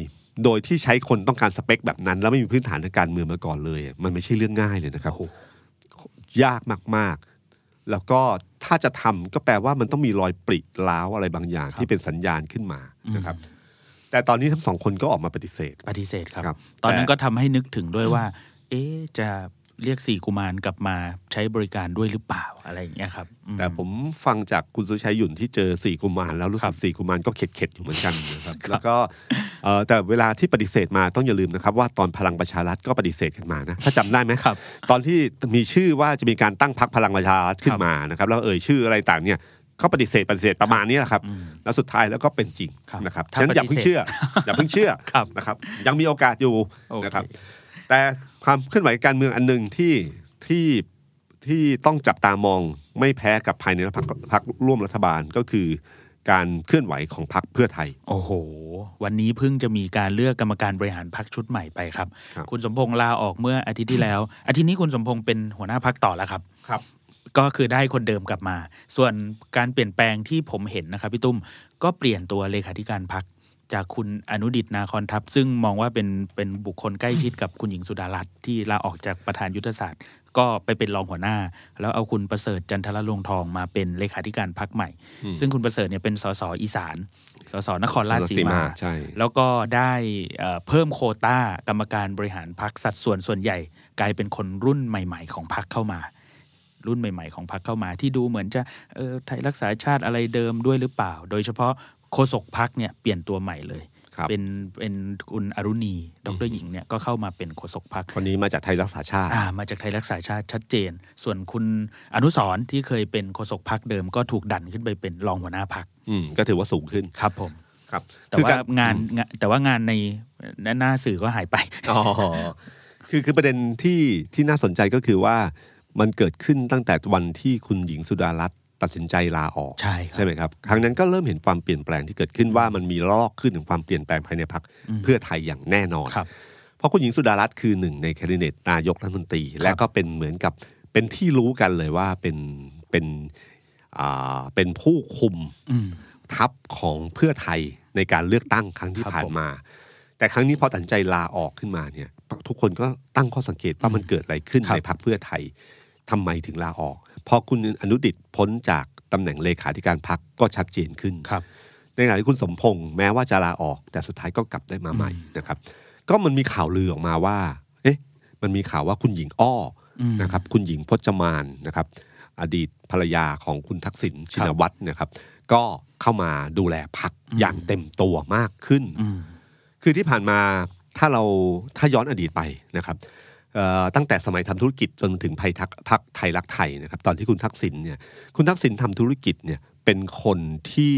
โดยที่ใช้คนต้องการสเปคแบบนั้น แล้วไม่มีพื้นฐานทางการเมืองมาก่อนเลย มันไม่ใช่เรื่องง่ายเลยนะครับยากมากๆ แล้วก็ถ้าจะทำก็แปลว่ามันต้องมีรอยปริล้าวอะไรบางอย่าง
ครับ
ที่เป็นสัญญาณขึ้นมานะครับ แต่ตอนนี้ทั้งสองคนก็ออกมาปฏิเสธ
ปฏิเสธครับ
ครับ
ตอนนั้น
แต่
ก็ทำให้นึกถึงด้วยว่า เอ๊ะจะเรียกสี่กุมารกลับมาใช้บริการด้วยหรือเปล่าอะไรอย่างเงี้ยครับอื
แต่ผมฟังจากคุณสุชัยหยุ่นที่เจอสี่กุมารแล้วรู้
ครั
สึก
บ
สี่กุมารก็เข็ดเข็ดๆอยู่เหมือนกันนะครับ
ครับ
แล้วก็ เอ่อแต่เวลาที่ปฏิเสธมาต้องอย่าลืมนะครับว่าตอนพลังประชารัฐก็ปฏิเสธกันมานะถ้าจำได้ไหม
ครับ
ตอนที่มีชื่อว่าจะมีการตั้งพักพลังประชารัฐขึ้นมานะครับแล้วเอ่ยชื่ออะไรต่างเนี่ยก็ปฏิเสธปฏิเสธประมาณนี้แหละครับ แล้วสุดท้ายแล้วก็เป็นจริง
ครับ
นะครับ
ถ้า
ฉะนั้นอย่าเพิ่งเชื่อ อย่าเพิ่งเชื่อ
ครับ
นะครับ ยังมีโอกาสอยู่
โอเค
นะครับ แต่ความเคลื่อนไหวการเมืองอันหนึ่งที่ที่ที่ต้องจับตามองไม่แพ้กับภายในพรรคพรรคร่วมรัฐบาลก็คือการเคลื่อนไหวของพรรคเพื่อไทย
โอ้โห วันนี้เพิ่งจะมีการเลือกกรรมการบริหารพักชุดใหม่ไปครับ
ครับ
คุณสมพงษ์ลาออกเมื่ออาทิตย์ที่แล้ว อาทิตย์นี้คุณสมพงษ์เป็นหัวหน้าพักต่อแล้วครับ
ครับ
ก็คือได้คนเดิมกลับมา ส่วนการเปลี่ยนแปลงที่ผมเห็นนะครับพี่ตุ้มก็เปลี่ยนตัวเลขาธิการพักจากคุณอนุดิตนาคอนทัพ ซึ่งมองว่าเป็นเป็นบุคคลใกล้ชิดกับคุณหญิงสุดารัตน์ที่ลาออกจากประธานยุทธศาสตร์ ก็ไปเป็นรองหัวหน้า แล้วเอาคุณประเสริฐจันทรลวงทองมาเป็นเลขาธิการพักใหม่ ซึ่งคุณประเสริฐเนี่ยเป็นสสอีสานสสนครราช
นครรา
สี
ชสี
มา
มาใช่
แล้วก็ได้เอ่อเพิ่มโควต้ากรรมการบริหารพักสัดส่วนส่วนใหญ่ กลายเป็นคนรุ่นใหม่ ๆ ของพักเข้ามา รุ่นใหม่ ๆ ของพรรคเข้ามาที่ดูเหมือนจะเออไทยรักษาชาติอะไรเดิมด้วยหรือเปล่า โดยเฉพาะโฆษกพรรคเนี่ยเปลี่ยนตัวใหม่เลย
ครับ
เป็นเป็นคุณอรุณี ดรหญิงเนี่ยก็เข้ามาเป็นโฆษกพรรค
วันนี้มาจากไทยรักษาชาติ
อ่ามาจากไทยรักษาชาติชัดเจน ส่วนคุณอนุสรณ์ที่เคยเป็นโฆษกพรรคเดิมก็ถูกดันขึ้นไปเป็นรองหัวหน้าพรรค
อืมก็ถือว่าสูงขึ้น
ครับผม
ครับ
แต่
คือ
ว่า
ร
กงานงานแต่ว่างานในหน้าสื่อก็หายไป
อ๋อคือคือประเด็นที่ที่น่าสนใจก็คือว่ามันเกิดขึ้นตั้งแต่วันที่คุณหญิงสุดารัตน์ตัดสินใจลาออก
ใช่ครับ
ไหมครับ ครั้งนั้นก็เริ่มเห็นความเปลี่ยนแปลงที่เกิดขึ้นว่ามันมีลอกขึ้นของความเปลี่ยนแปลงภายในพักเพื่อไทยอย่างแน่นอน
ครับ
เพราะคุณหญิงสุดารัตน์คือหนึ่งในแคนดิเดตนายกรัฐมนตรี และก็เป็นเหมือนกับเป็นที่รู้กันเลยว่าเป็นเป็นอ่าเป็นผู้คุม
อืม
ทัพของเพื่อไทยในการเลือกตั้งครั้งที่
ครับ
ผ่าน
ผม
มา แต่ครั้งนี้พอตัดสินใจลาออกขึ้นมาเนี่ย ทุกคนก็ตั้งข้อสังเกตว่ามันเกิดอะไรขึ้นในพรรคเพื่อไทยทำไมถึงลาออก พอคุณอนุดิตพ้นจากตำแหน่งเลขาธิการพรรคก็ชัดเจนขึ้น
ครับ
ในขณะที่คุณสมพงษ์แม้ว่าจะลาออก แต่สุดท้ายก็กลับได้มาใหม่นะครับ ก็มันมีข่าวลือออกมาว่า เอ๊ะ มันมีข่าวว่าคุณหญิงอ้ออ
ม
นะครับ คุณหญิงพจมานนะครับ อดีตภรรยาของคุณทักษิณชินวัตรนะครับ ก็เข้ามาดูแลพัก
อืม
อย่างเต็มตัวมากขึ้น
อืม
คือที่ผ่านมาถ้าเราถ้าย้อนอดีตไปนะครับเอ่อตั้งแต่สมัยทำธุรกิจจนถึงภัยทักพักไทยรักไทยนะครับ ตอนที่คุณทักษิณเนี่ยคุณทักษิณทำธุรกิจเนี่ยเป็นคนที่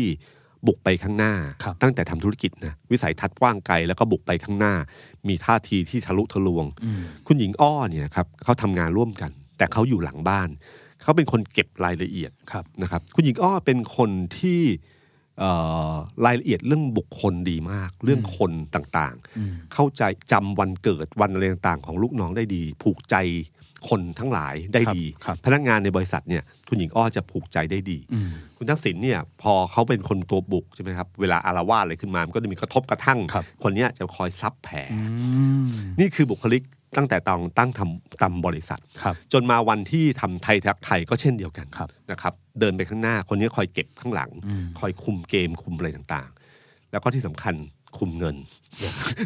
บุกไปข้างหน้า
ครับ
ตั้งแต่ทำธุรกิจนะวิสัยทัศน์กว้างไกลแล้วก็บุกไปข้างหน้า มีท่าทีที่ทะลุทะลวง
อืม
คุณหญิงอ้อเนี่ยครับเขาทำงานร่วมกัน แต่เขาอยู่หลังบ้าน เขาเป็นคนเก็บรายละเอียด
ครับ
นะครับ คุณหญิงอ้อเป็นคนที่เอ่อรายละเอียดเรื่องบุคคลดีมาก เรื่องคนต่าง
อืม
ๆ เข้าใจจำวันเกิดวันอะไรต่างๆ ของลูกน้องได้ดี ผูกใจคนทั้งหลายได้ดี
ครับ
พนักงานในบริษัทเนี่ยคุณหญิงอ้อจะผูกใจได้ดี
อืม
คุณทักษิณเนี่ยพอเขาเป็นคนตัวบุกใช่ไหมครับเวลาอารวาสอะไรขึ้นมามันก็จะมีกระทบกระทั่ง
ครับ
คนเนี้ยจะคอยซับแผล
อืม
นี่คือบุคลิกตั้งแต่ตอนตั้งทำตำบริษัท
ครับ
จนมาวันที่ทำไทยทักไทยก็เช่นเดียวกัน
ครับ
นะครับ เดินไปข้างหน้าคนนี้คอยเก็บข้างหลัง
อืม
คอยคุมเกมคุมอะไรต่างๆ แล้วก็ที่สำคัญคุมเงิน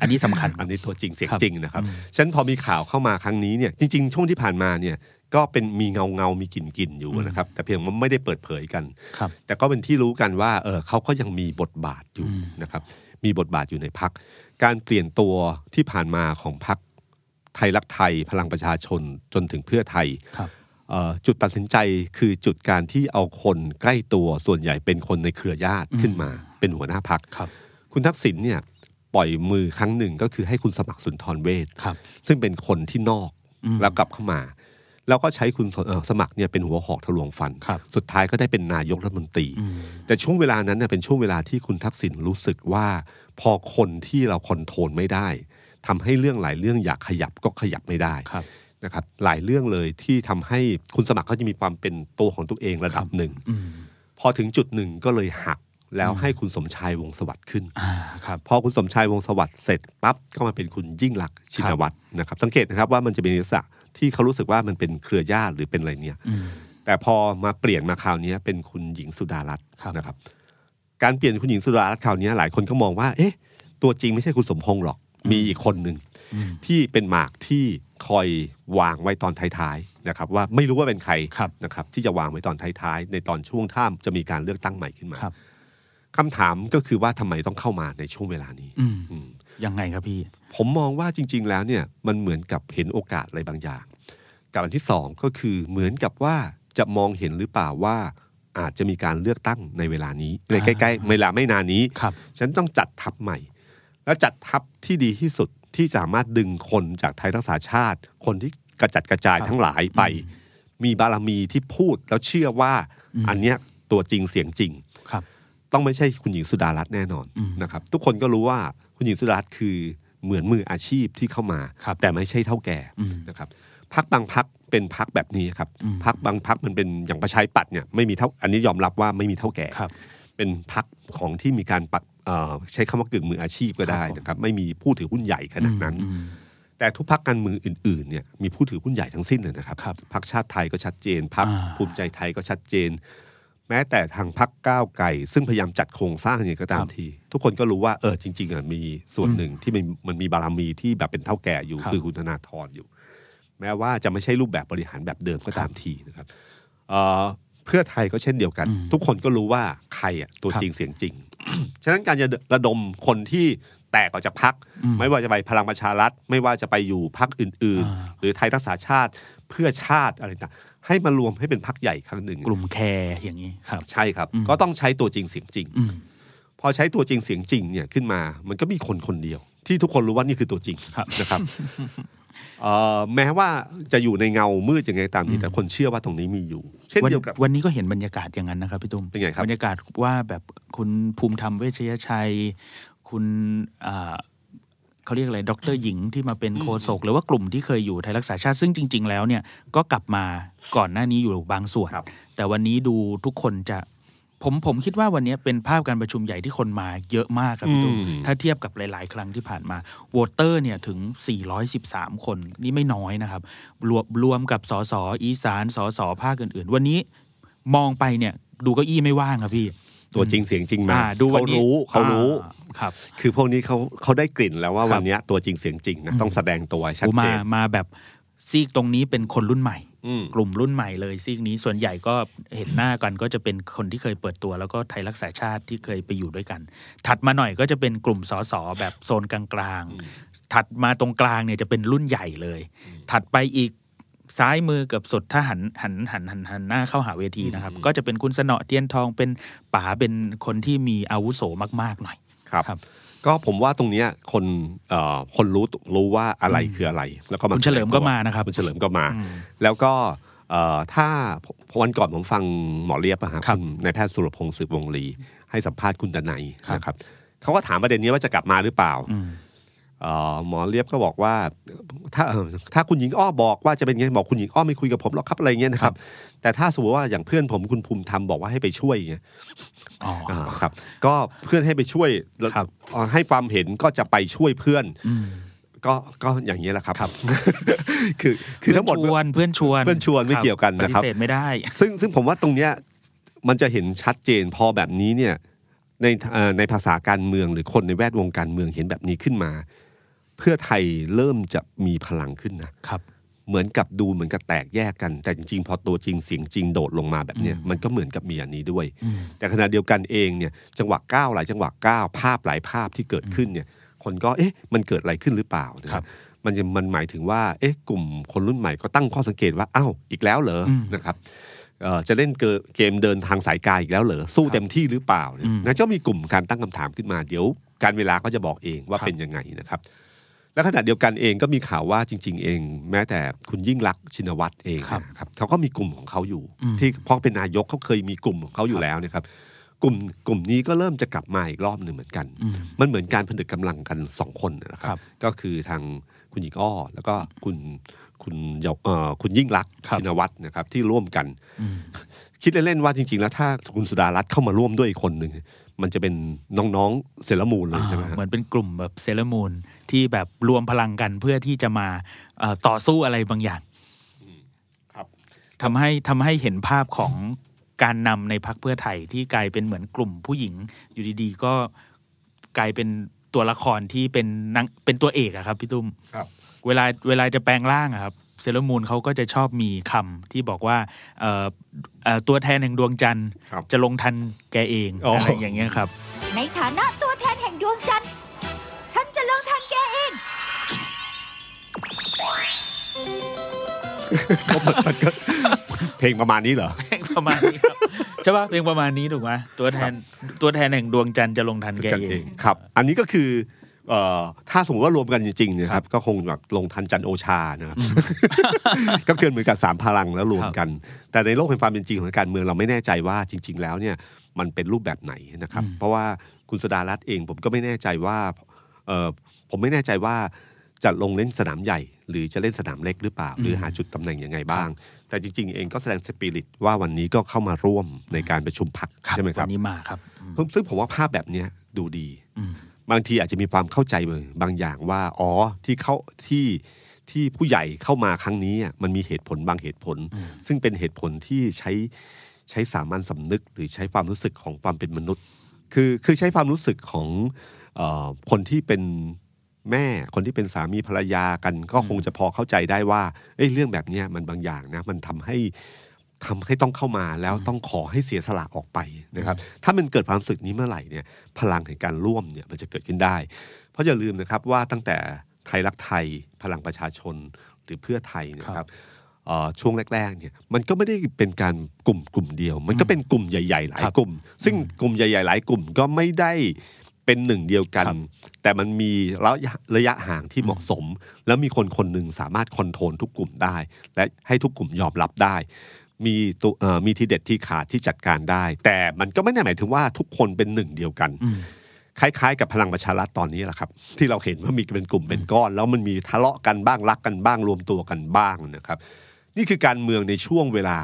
อันนี้สำคัญ
อันนี้ตัวจริงเสียง
ครับ
จริงนะครับ
อืม
ฉะนันพอมีข่าวเข้ามาครั้งนี้เนี่ยจริง ๆ ช่วงที่ผ่านมาเนี่ยก็เป็นมีเงาเงาๆมีกลิ่นกลิ่นๆอยู่นะครับ แต่เพียงว่าไม่ได้เปิดเผยกัน
ครับ
แต่ก็เป็นที่รู้กันว่าเออเขาก็ยังมีบทบาทอยู่
อืม
นะครับ มีบทบาทอยู่ในพัก การเปลี่ยนตัวที่ผ่านมาของพักไทยรักไทยพลังประชาชนจนถึงเพื่อไทย
ครับ
เอ่อจุดตัดสินใจคือจุดการที่เอาคนใกล้ตัวส่วนใหญ่เป็นคนในเครือญาติขึ้นมา เป็นหัวหน้าพัก
ครับ
คุณทักษิณเนี่ยปล่อยมือครั้งหนึ่งก็คือให้คุณสมัครสุนทรเวช
ครับ
ซึ่งเป็นคนที่นอก
อืม
แล้วกลับเข้ามา แล้วก็ใช้คุณสเอ่อสมัครเนี่ยเป็นหัวหอกทะลวงฟัน
ครับ
สุดท้ายก็ได้เป็นนายกรัฐมนตรี
อืม
แต่ช่วงเวลานั้นเน่ยเป็นช่วงเวลาที่คุณทักษิณรู้สึกว่า พอคนที่เราคอนโทรลไม่ได้ทำให้เรื่องหลายเรื่องอยากขยับก็ขยับไม่ได้
ครับ
นะครับ หลายเรื่องเลยที่ทำให้คุณสมัครเขาจะมีความเป็นตัวของตัวเองระดับหนึ่ง
อืม
พอถึงจุดหนึ่งก็เลยหักแล้วให้คุณสมชายวงศ์สวัสดิ์ขึ้น
อ่า ครับ
พอคุณสมชายวงศ์สวัสดิ์เสร็จปั๊บก็มาเป็นคุณยิ่งลักษณ์ชินวัตรนะครับ สังเกตนะครับว่ามันจะเป็นลักษณะที่เขารู้สึกว่ามันเป็นเครือญาติหรือเป็นอะไรเนี่ย
อืม
แต่พอมาเปลี่ยนมาคราวนี้เป็นคุณหญิงสุดารัตน์
ครับ
นะครับ การเปลี่ยนคุณหญิงสุดารัตน์คราวนี้หลายคนก็มองว่า เอ๊ะ ตัวจริงไม่ใช่คุณสมพงษ์หรอก มีอีกคนหนึ่ง
อืม
ที่เป็นหมากที่คอยวางไว้ตอนท้ายๆนะครับ ว่าไม่รู้ว่าเป็นใคร
ครับ
นะครับ ที่จะวางไว้ตอนท้ายๆในตอนช่วงท่ามจะมีการเลือกตั้งใหม่ขึ้นมา
ครับ
คำถามก็คือว่าทำไมต้องเข้ามาในช่วงเวลานี้
อืม
อืม
ยังไงครับพี่
ผมมองว่าจริง ๆ แล้วเนี่ยมันเหมือนกับเห็นโอกาสอะไรบางอย่าง กับอันที่สองก็คือเหมือนกับว่าจะมองเห็นหรือเปล่าว่าอาจจะมีการเลือกตั้งในเวลานี้ในใกล้ๆเวลาไม่นานนี้
ครับ
ฉันต้องจัดทัพใหม่ และจัดทัพที่ดีที่สุดที่สามารถดึงคนจากไทยรักษาชาติ คนที่กระจัดกระจายทั้งหลายไป มีบารมีที่พูดแล้วเชื่อว่า อันเนี้ยตัวจริงเสียงจริง
ครับ
ต้องไม่ใช่คุณหญิงสุดารัตน์แน่นอน
อืม
นะครับ ทุกคนก็รู้ว่าคุณหญิงสุดารัตน์คือเหมือนมืออาชีพที่เข้ามา
ครับ
แต่ไม่ใช่เท่าแก่
อืม
นะครับพักบางพักเป็นพักแบบนี้ครับ
อืม
พักบางพักมันเป็นอย่างประชาธิปัตย์เนี่ยไม่มีเท่าอันนี้ยอมรับว่าไม่มีเท่าแก่
ครับ
เป็นพักของที่มีการปักเอ่อใช้คำว่ากึ่งมืออาชีพก็ได้
ครับผม
นะครับ ไม่มีผู้ถือหุ้นใหญ่ขนาดนั้น
อืม
แต่ทุกพักการเมืองอื่นๆเนี่ยมีผู้ถือหุ้นใหญ่ทั้งสิ้นเลยนะครับ
ครับ
พักชาติไทยก็ชัดเจนพัก
อ่า
ภูมิใจไทยก็ชัดเจน แม้แต่ทางพักก้าวไกลซึ่งพยายามจัดโครงสร้างอย่างไรก็ตามที ทุกคนก็รู้ว่าเออจริงๆอ่ะมีส่วนหนึ่งที่มันมันมีบารมีที่แบบเป็นเท่าแก่อยู่คือคุณธนาธรอยู่ แม้ว่าจะไม่ใช่รูปแบบบริหารแบบเดิมก็ตามทีนะครับเอ่อเพื่อไทยก็เช่นเดียวกัน ทุกคนก็รู้ว่าใครอ่ะตัวจริงเสียงจริง ฉะนั้นการจะระดมคนที่แตกออกจากพัก ไม่ว่าจะไปพลังประชารัฐ ไม่ว่าจะไปอยู่พักอื่น
อ่า
ๆ หรือไทยรักษาชาติเพื่อชาติอะไรต่างให้มารวมให้เป็นพักใหญ่ครั้งหนึ่ง
กลุ่มแคร์อย่างนี้ครับ
ใช่ครับ ก็ต้องใช้ตัวจริงเสียงจริง
อืม
พอใช้ตัวจริงเสียงจริงเนี่ยขึ้นมา มันก็มีคนคนเดียว ที่ทุกคนรู้ว่านี่คือตัวจริง
ครับ
นะครับเอ่อแม้ว่าจะอยู่ในเงามืดยังไงตามทีแต่คนเชื่อว่าตรงนี้มีอยู่ เช่น
วัน
เดียวกับ
วันนี้ก็เห็นบรรยากาศอย่างนั้นนะครับพี่ตุ้ม
เป็นไงครับ
บรรยากาศว่าแบบคุณภูมิธรรมเวชยชัย คุณอ่าเขาเรียกอะไรดรหญิงที่มาเป็นโคศกหรือว่ากลุ่มที่เคยอยู่ไทยรักษาชาติซึ่งจริง ๆ แล้วเนี่ยก็กลับมาก่อนหน้านี้อยู่บางส่วน
ครับ
แต่วันนี้ดูทุกคนจะผมผมคิดว่าวันนี้เป็นภาพการประชุมใหญ่ที่คนมาเยอะมากครับพี่ตุ้ม
อืม
ถ้าเทียบกับหลาย ๆ ครั้งที่ผ่านมาโวอเตอร์เนี่ยถึง 413 คนนี่ไม่น้อยนะครับ รวมรวมกับสสอีสานสสภาคอื่น ๆ วันนี้มองไปเนี่ยดูเก้าอี้ไม่ว่างครับพี่
ตัวจริงเสียงจริงมา
อ่าดูวัน
เขา
นี้
รู้เขารู้
อ่ครับ
คือพวกนี้เขาเขาได้กลิ่นแล้วว่า
ครับ
วันเนี้ยตัวจริงเสียงจริงนะต้องแสดงตัวให้ชัด
โอ้
เจ
มาน มาแบบซีกตรงนี้เป็นคนรุ่นใหม่
อืม
กลุ่มรุ่นใหม่เลยซีกนี้ส่วนใหญ่ก็เห็นหน้ากันก็จะเป็นคนที่เคยเปิดตัว แล้วก็ไทยรักษาชาติที่เคยไปอยู่ด้วยกัน ถัดมาหน่อยก็จะเป็นกลุ่มสสแบบโซนกลางๆ ถัดมาตรงกลางเนี่ยจะเป็นรุ่นใหญ่เลย ถัดไปอีกซ้ายมือเกับสุดถ้าหันหันหันหันหันหน้าเข้าหาเวทีนะครับ ก็จะเป็นคุณสนอเทียนทองเป็นป๋าเป็นคนที่มีอาวุโสมากๆหน่อย
ครับ
ครับ
ก็ผมว่าตรงเนี้ยคนเอ่อคนรู้รู้ว่าอะไรคืออะไร แล้วก็มา
คุณเฉลิมก็
แสดงตัว
มานะครับ
คุณเฉลิมก็มา แล้วก็เอ่อถ้าวันก่อนผมฟังหมอเรียบอะฮะ
ครับ
คุณนายแพทย์สุรพงศ์สืบวงศ์ลี ให้สัมภาษณ์คุณดนัย
ครับ
นะครับเขาก็ถามประเด็นนี้ว่าจะกลับมาหรือเปล่า
อืม
เอ่อหมอเลียบก็บอกว่าถ้าเอ่อถ้าคุณหญิงอ้อบอกว่าจะเป็นไงบอกคุณหญิงอ้อไม่คุยกับผมหรอกครับอะไรเงี้ยนะครับ แต่ถ้าสมมติว่าอย่างเพื่อนผมคุณภูมิธรรมบอกว่าให้ไปช่วยอย่างเงี้ย
อ๋อ
อ่าครับ ก็เพื่อนให้ไปช่วยแล้ว
ครับ
เอ่อให้ความเห็นก็จะไปช่วยเพื่อน
อืม
ก็ก็อย่างนี้ยแหละครับ คือคือทั้งหมด
เพื่อนชวนเพื่อนชวน
เพื่อนชวนไม่
คบ
เกี่ยวกันนะครับ
ปฏิเสธไม่ได้
ซึ่งซึ่งผมว่าตรงเนี้ยมันจะเห็นชัดเจนพอแบบนี้เนี่ยในเอ่อในภาษาการเมืองหรือคนในแวดวงการเมืองเห็นแบบนี้ขึ้นมา เพื่อไทยเริ่มจะมีพลังขึ้นนะ
ครับ
เหมือนกับดูเหมือนกับแตกแยกกัน แต่จริงๆ พอตัวจริงเสียงจริงโดดลงมาแบบเนี้ยมันก็เหมือนกับมีอันนี้ด้วย
อืม
แต่ขณะเดียวกันเองเนี่ยจังหวะก้าวหลายจังหวะก้าวภาพหลายภาพที่เกิดขึ้นเนี่ยคนก็เอ๊ะมันเกิดอะไรขึ้นหรือเปล่านะครับมันจะมันหมายถึงว่าเอ๊ะกลุ่มคนรุ่นใหม่ก็ตั้งข้อสังเกตว่าอ้าวอีกแล้วเหรออ
ม
นะครับเอ่อจะเล่นเกมเกมเดินทางสายกายอีกแล้วเหรอสู้เต็มที่หรือเปล่าเนี่ย
อืม
นะจะมีกลุ่มการตั้งคำถามขึ้นมาเดี๋ยว การเวลาก็จะบอกเองว่า
ครับ
เป็นยังไงนะครับ และขณะเดียวกันเองก็มีข่าวว่าจริง ๆ เอง แม้แต่คุณยิ่งรักษณ์ชินวัตรเอง
ครับ
นะครับเขาก็มีกลุ่มของเขาอยู่
อืม
ที่เพราะเป็นนายกเขาเคยมีกลุ่มของเขาอยู่แล้วนะครับ กลุ่มกลุ่มนี้ก็เริ่มจะกลับมาอีกรอบหนึ่งเหมือนกัน
อืม
มันเหมือนการผนึกกำลังกันสองคนนะค
ค
รั
รับ บ
ก็คือทางคุณหญิงอ้อ แล้วก็คุณคุณเยาเอ่อคุณยิ่งรักษณ์
ครับ
ชินวัตรนะครับ ที่ร่วมกัน
อืม
คิดเล่นๆว่าจริง ๆ แล้วถ้าคุณสุดารัตน์เข้ามาร่วมด้วยอีกคนหนึ่งมันจะเป็นน้องๆเซเลบมูลเลยใช่ไหมฮะ
เหมือนเป็นกลุ่มแบบเซเลอร์มูนที่แบบรวมพลังกันเพื่อที่จะมาเอ่อต่อสู้อะไรบางอย่าง
ครับ
ทำให้ทำให้เห็นภาพของการนำในพักเพื่อไทยที่กลายเป็นเหมือนกลุ่มผู้หญิง อยู่ดีๆ ก็กลายเป็นตัวละครที่เป็นนางเป็นตัวเอกอะครับพี่ตุ้ม
ครับ
เวลาเวลาจะแปลงร่างอะครับ เซเลอร์มูนเขาก็จะชอบมีคำที่บอกว่าเอ่อเอ่อตัวแทนแห่งดวงจันทร์
ครับ
จะลงทันแกเอง
อ๋ออ
อะไรอย่างเงี้ยครับ
ในฐานะตัวแทนแห่งดวงจันทร์ ฉันจะลงทันแกเอง
เพลงประมาณนี้เหรอ
เพลงประมาณนี้ครับใช่ป่ะเพลงประมาณนี้ถูกไหมตัวแทนตัวแทนแห่งดวงจันทร์จะลงทันแก
กัน
เอ
เอง งครับ อันนี้ก็คือเอ่อถ้าสมมติว่ารวมกันจริงๆเนยครับ ก็คงแบบลงทันจันทร์โอชานะครับ ก็เกินเหมือนกับสามพลังแล้วรวมกัน แต่ในโลกแห่งความเป็นจริงของการเมืองเราไม่แน่ใจว่าจริง ๆ แล้วเนี่ยมันเป็นรูปแบบไหนนะครับ เพราะว่าคุณสดารัตน์เองผมก็ไม่แน่ใจว่าเอ่อผมไม่แน่ใจว่าจะลงเล่นสนามใหญ่ หรือจะเล่นสนามเล็กหรือเปล่า หรือหาจุดตำแหน่งยังไงบ้าง แต่จริง ๆ เองก็แสดงสปิริตว่าวันนี้ก็เข้ามาร่วมในการประชุมพักใช่ไหมค
วั
รับ
นนี้มาครับอืม
ซึ่งผมว่าภาพแบบเนี้ยดูดี
อืม
บางทีอาจจะมีความเข้าใจบางอย่างว่า อ๋อที่เขาที่ที่ผู้ใหญ่เข้ามาครั้งนี้อ่ะมันมีเหตุผลบางเหตุผล ซึ่งเป็นเหตุผลที่ใช้ใช้สามัญสำนึก หรือใช้ความรู้สึกของความเป็นมนุษย์ คือคือใช้ความรู้สึกของเออคนที่เป็นแม่คนที่เป็นสามีภรรยากัน ก็คงจะพอเข้าใจได้ว่าเอ้ยเรื่องแบบเนี้ยมันบางอย่างนะมันทำให้ทำให้ต้องเข้ามาแล้วต้องขอให้เสียสละออกไปนะครับ ถ้ามันเกิดความรู้สึกนี้เมื่อไหร่เนี่ย พลังแห่งการร่วมเนี่ยมันจะเกิดขึ้นได้ เพราะอย่าลืมนะครับว่าตั้งแต่ไทยรักไทยพลังประชาชนหรือเพื่อไทยเนย
ค
ค
รั
รับ บเอ่อช่วงแรกๆเนี่ยมันก็ไม่ได้เป็นการกลุ่มกลุ่มเดียว มันก็เป็นกลุ่มใหญ่ๆหลายกลุ่ม ซึ่งกลุ่มใหญ่ๆหลายกลุ่มก็ไม่ได้เป็นหนึ่งเดียวกัน
ครับ
แต่มันมีระยะระยะห่างที่เหมาะสม แล้วมีคนคนหนึ่งสามารถคอนโทรลทุกกลุ่มได้ และให้ทุกกลุ่มยอมรับได้ มีตัวเอ่อมีทีเด็ดที่ขาดที่จัดการได้ แต่มันก็ไม่ได้หมายถึงว่าทุกคนเป็นหนึ่งเดียวกัน
อืม
คล้ายๆ กับพลังประชารัฐตอนนี้แหละครับ ที่เราเห็นว่ามีเป็นกลุ่มเป็นก้อน แล้วมันมีทะเลาะกันบ้างรักกันบ้างรวมตัวกันบ้างนะครับ นี่คือการเมืองในช่วงเวลา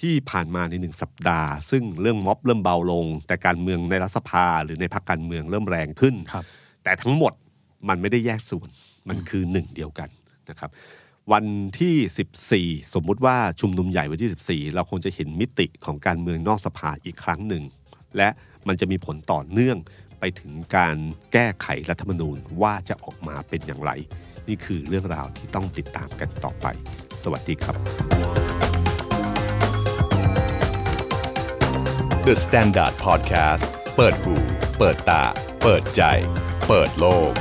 ที่ผ่านมาในหนึ่งสัปดาห์ ซึ่งเรื่องม็อบเริ่มเบาลง แต่การเมืองในรัฐสภาหรือในพรรคการเมืองเริ่มแรงขึ้น
ครับ
แต่ทั้งหมดมันไม่ได้แยกส่วนมันคือหนึ่งเดียวกันนะครับ วันที่ 14 สมมุติว่าชุมนุมใหญ่วันที่ 14 เราคงจะเห็นมิติของการเมืองนอกสภาอีกครั้งหนึ่ง และมันจะมีผลต่อเนื่องไปถึงการแก้ไขรัฐธรรมนูญว่าจะออกมาเป็นอย่างไร นี่คือเรื่องราวที่ต้องติดตามกันต่อไป สวัสดีครับ
The Standard Podcast เปิดหูเปิดตา เปิดใจ เปิดโลก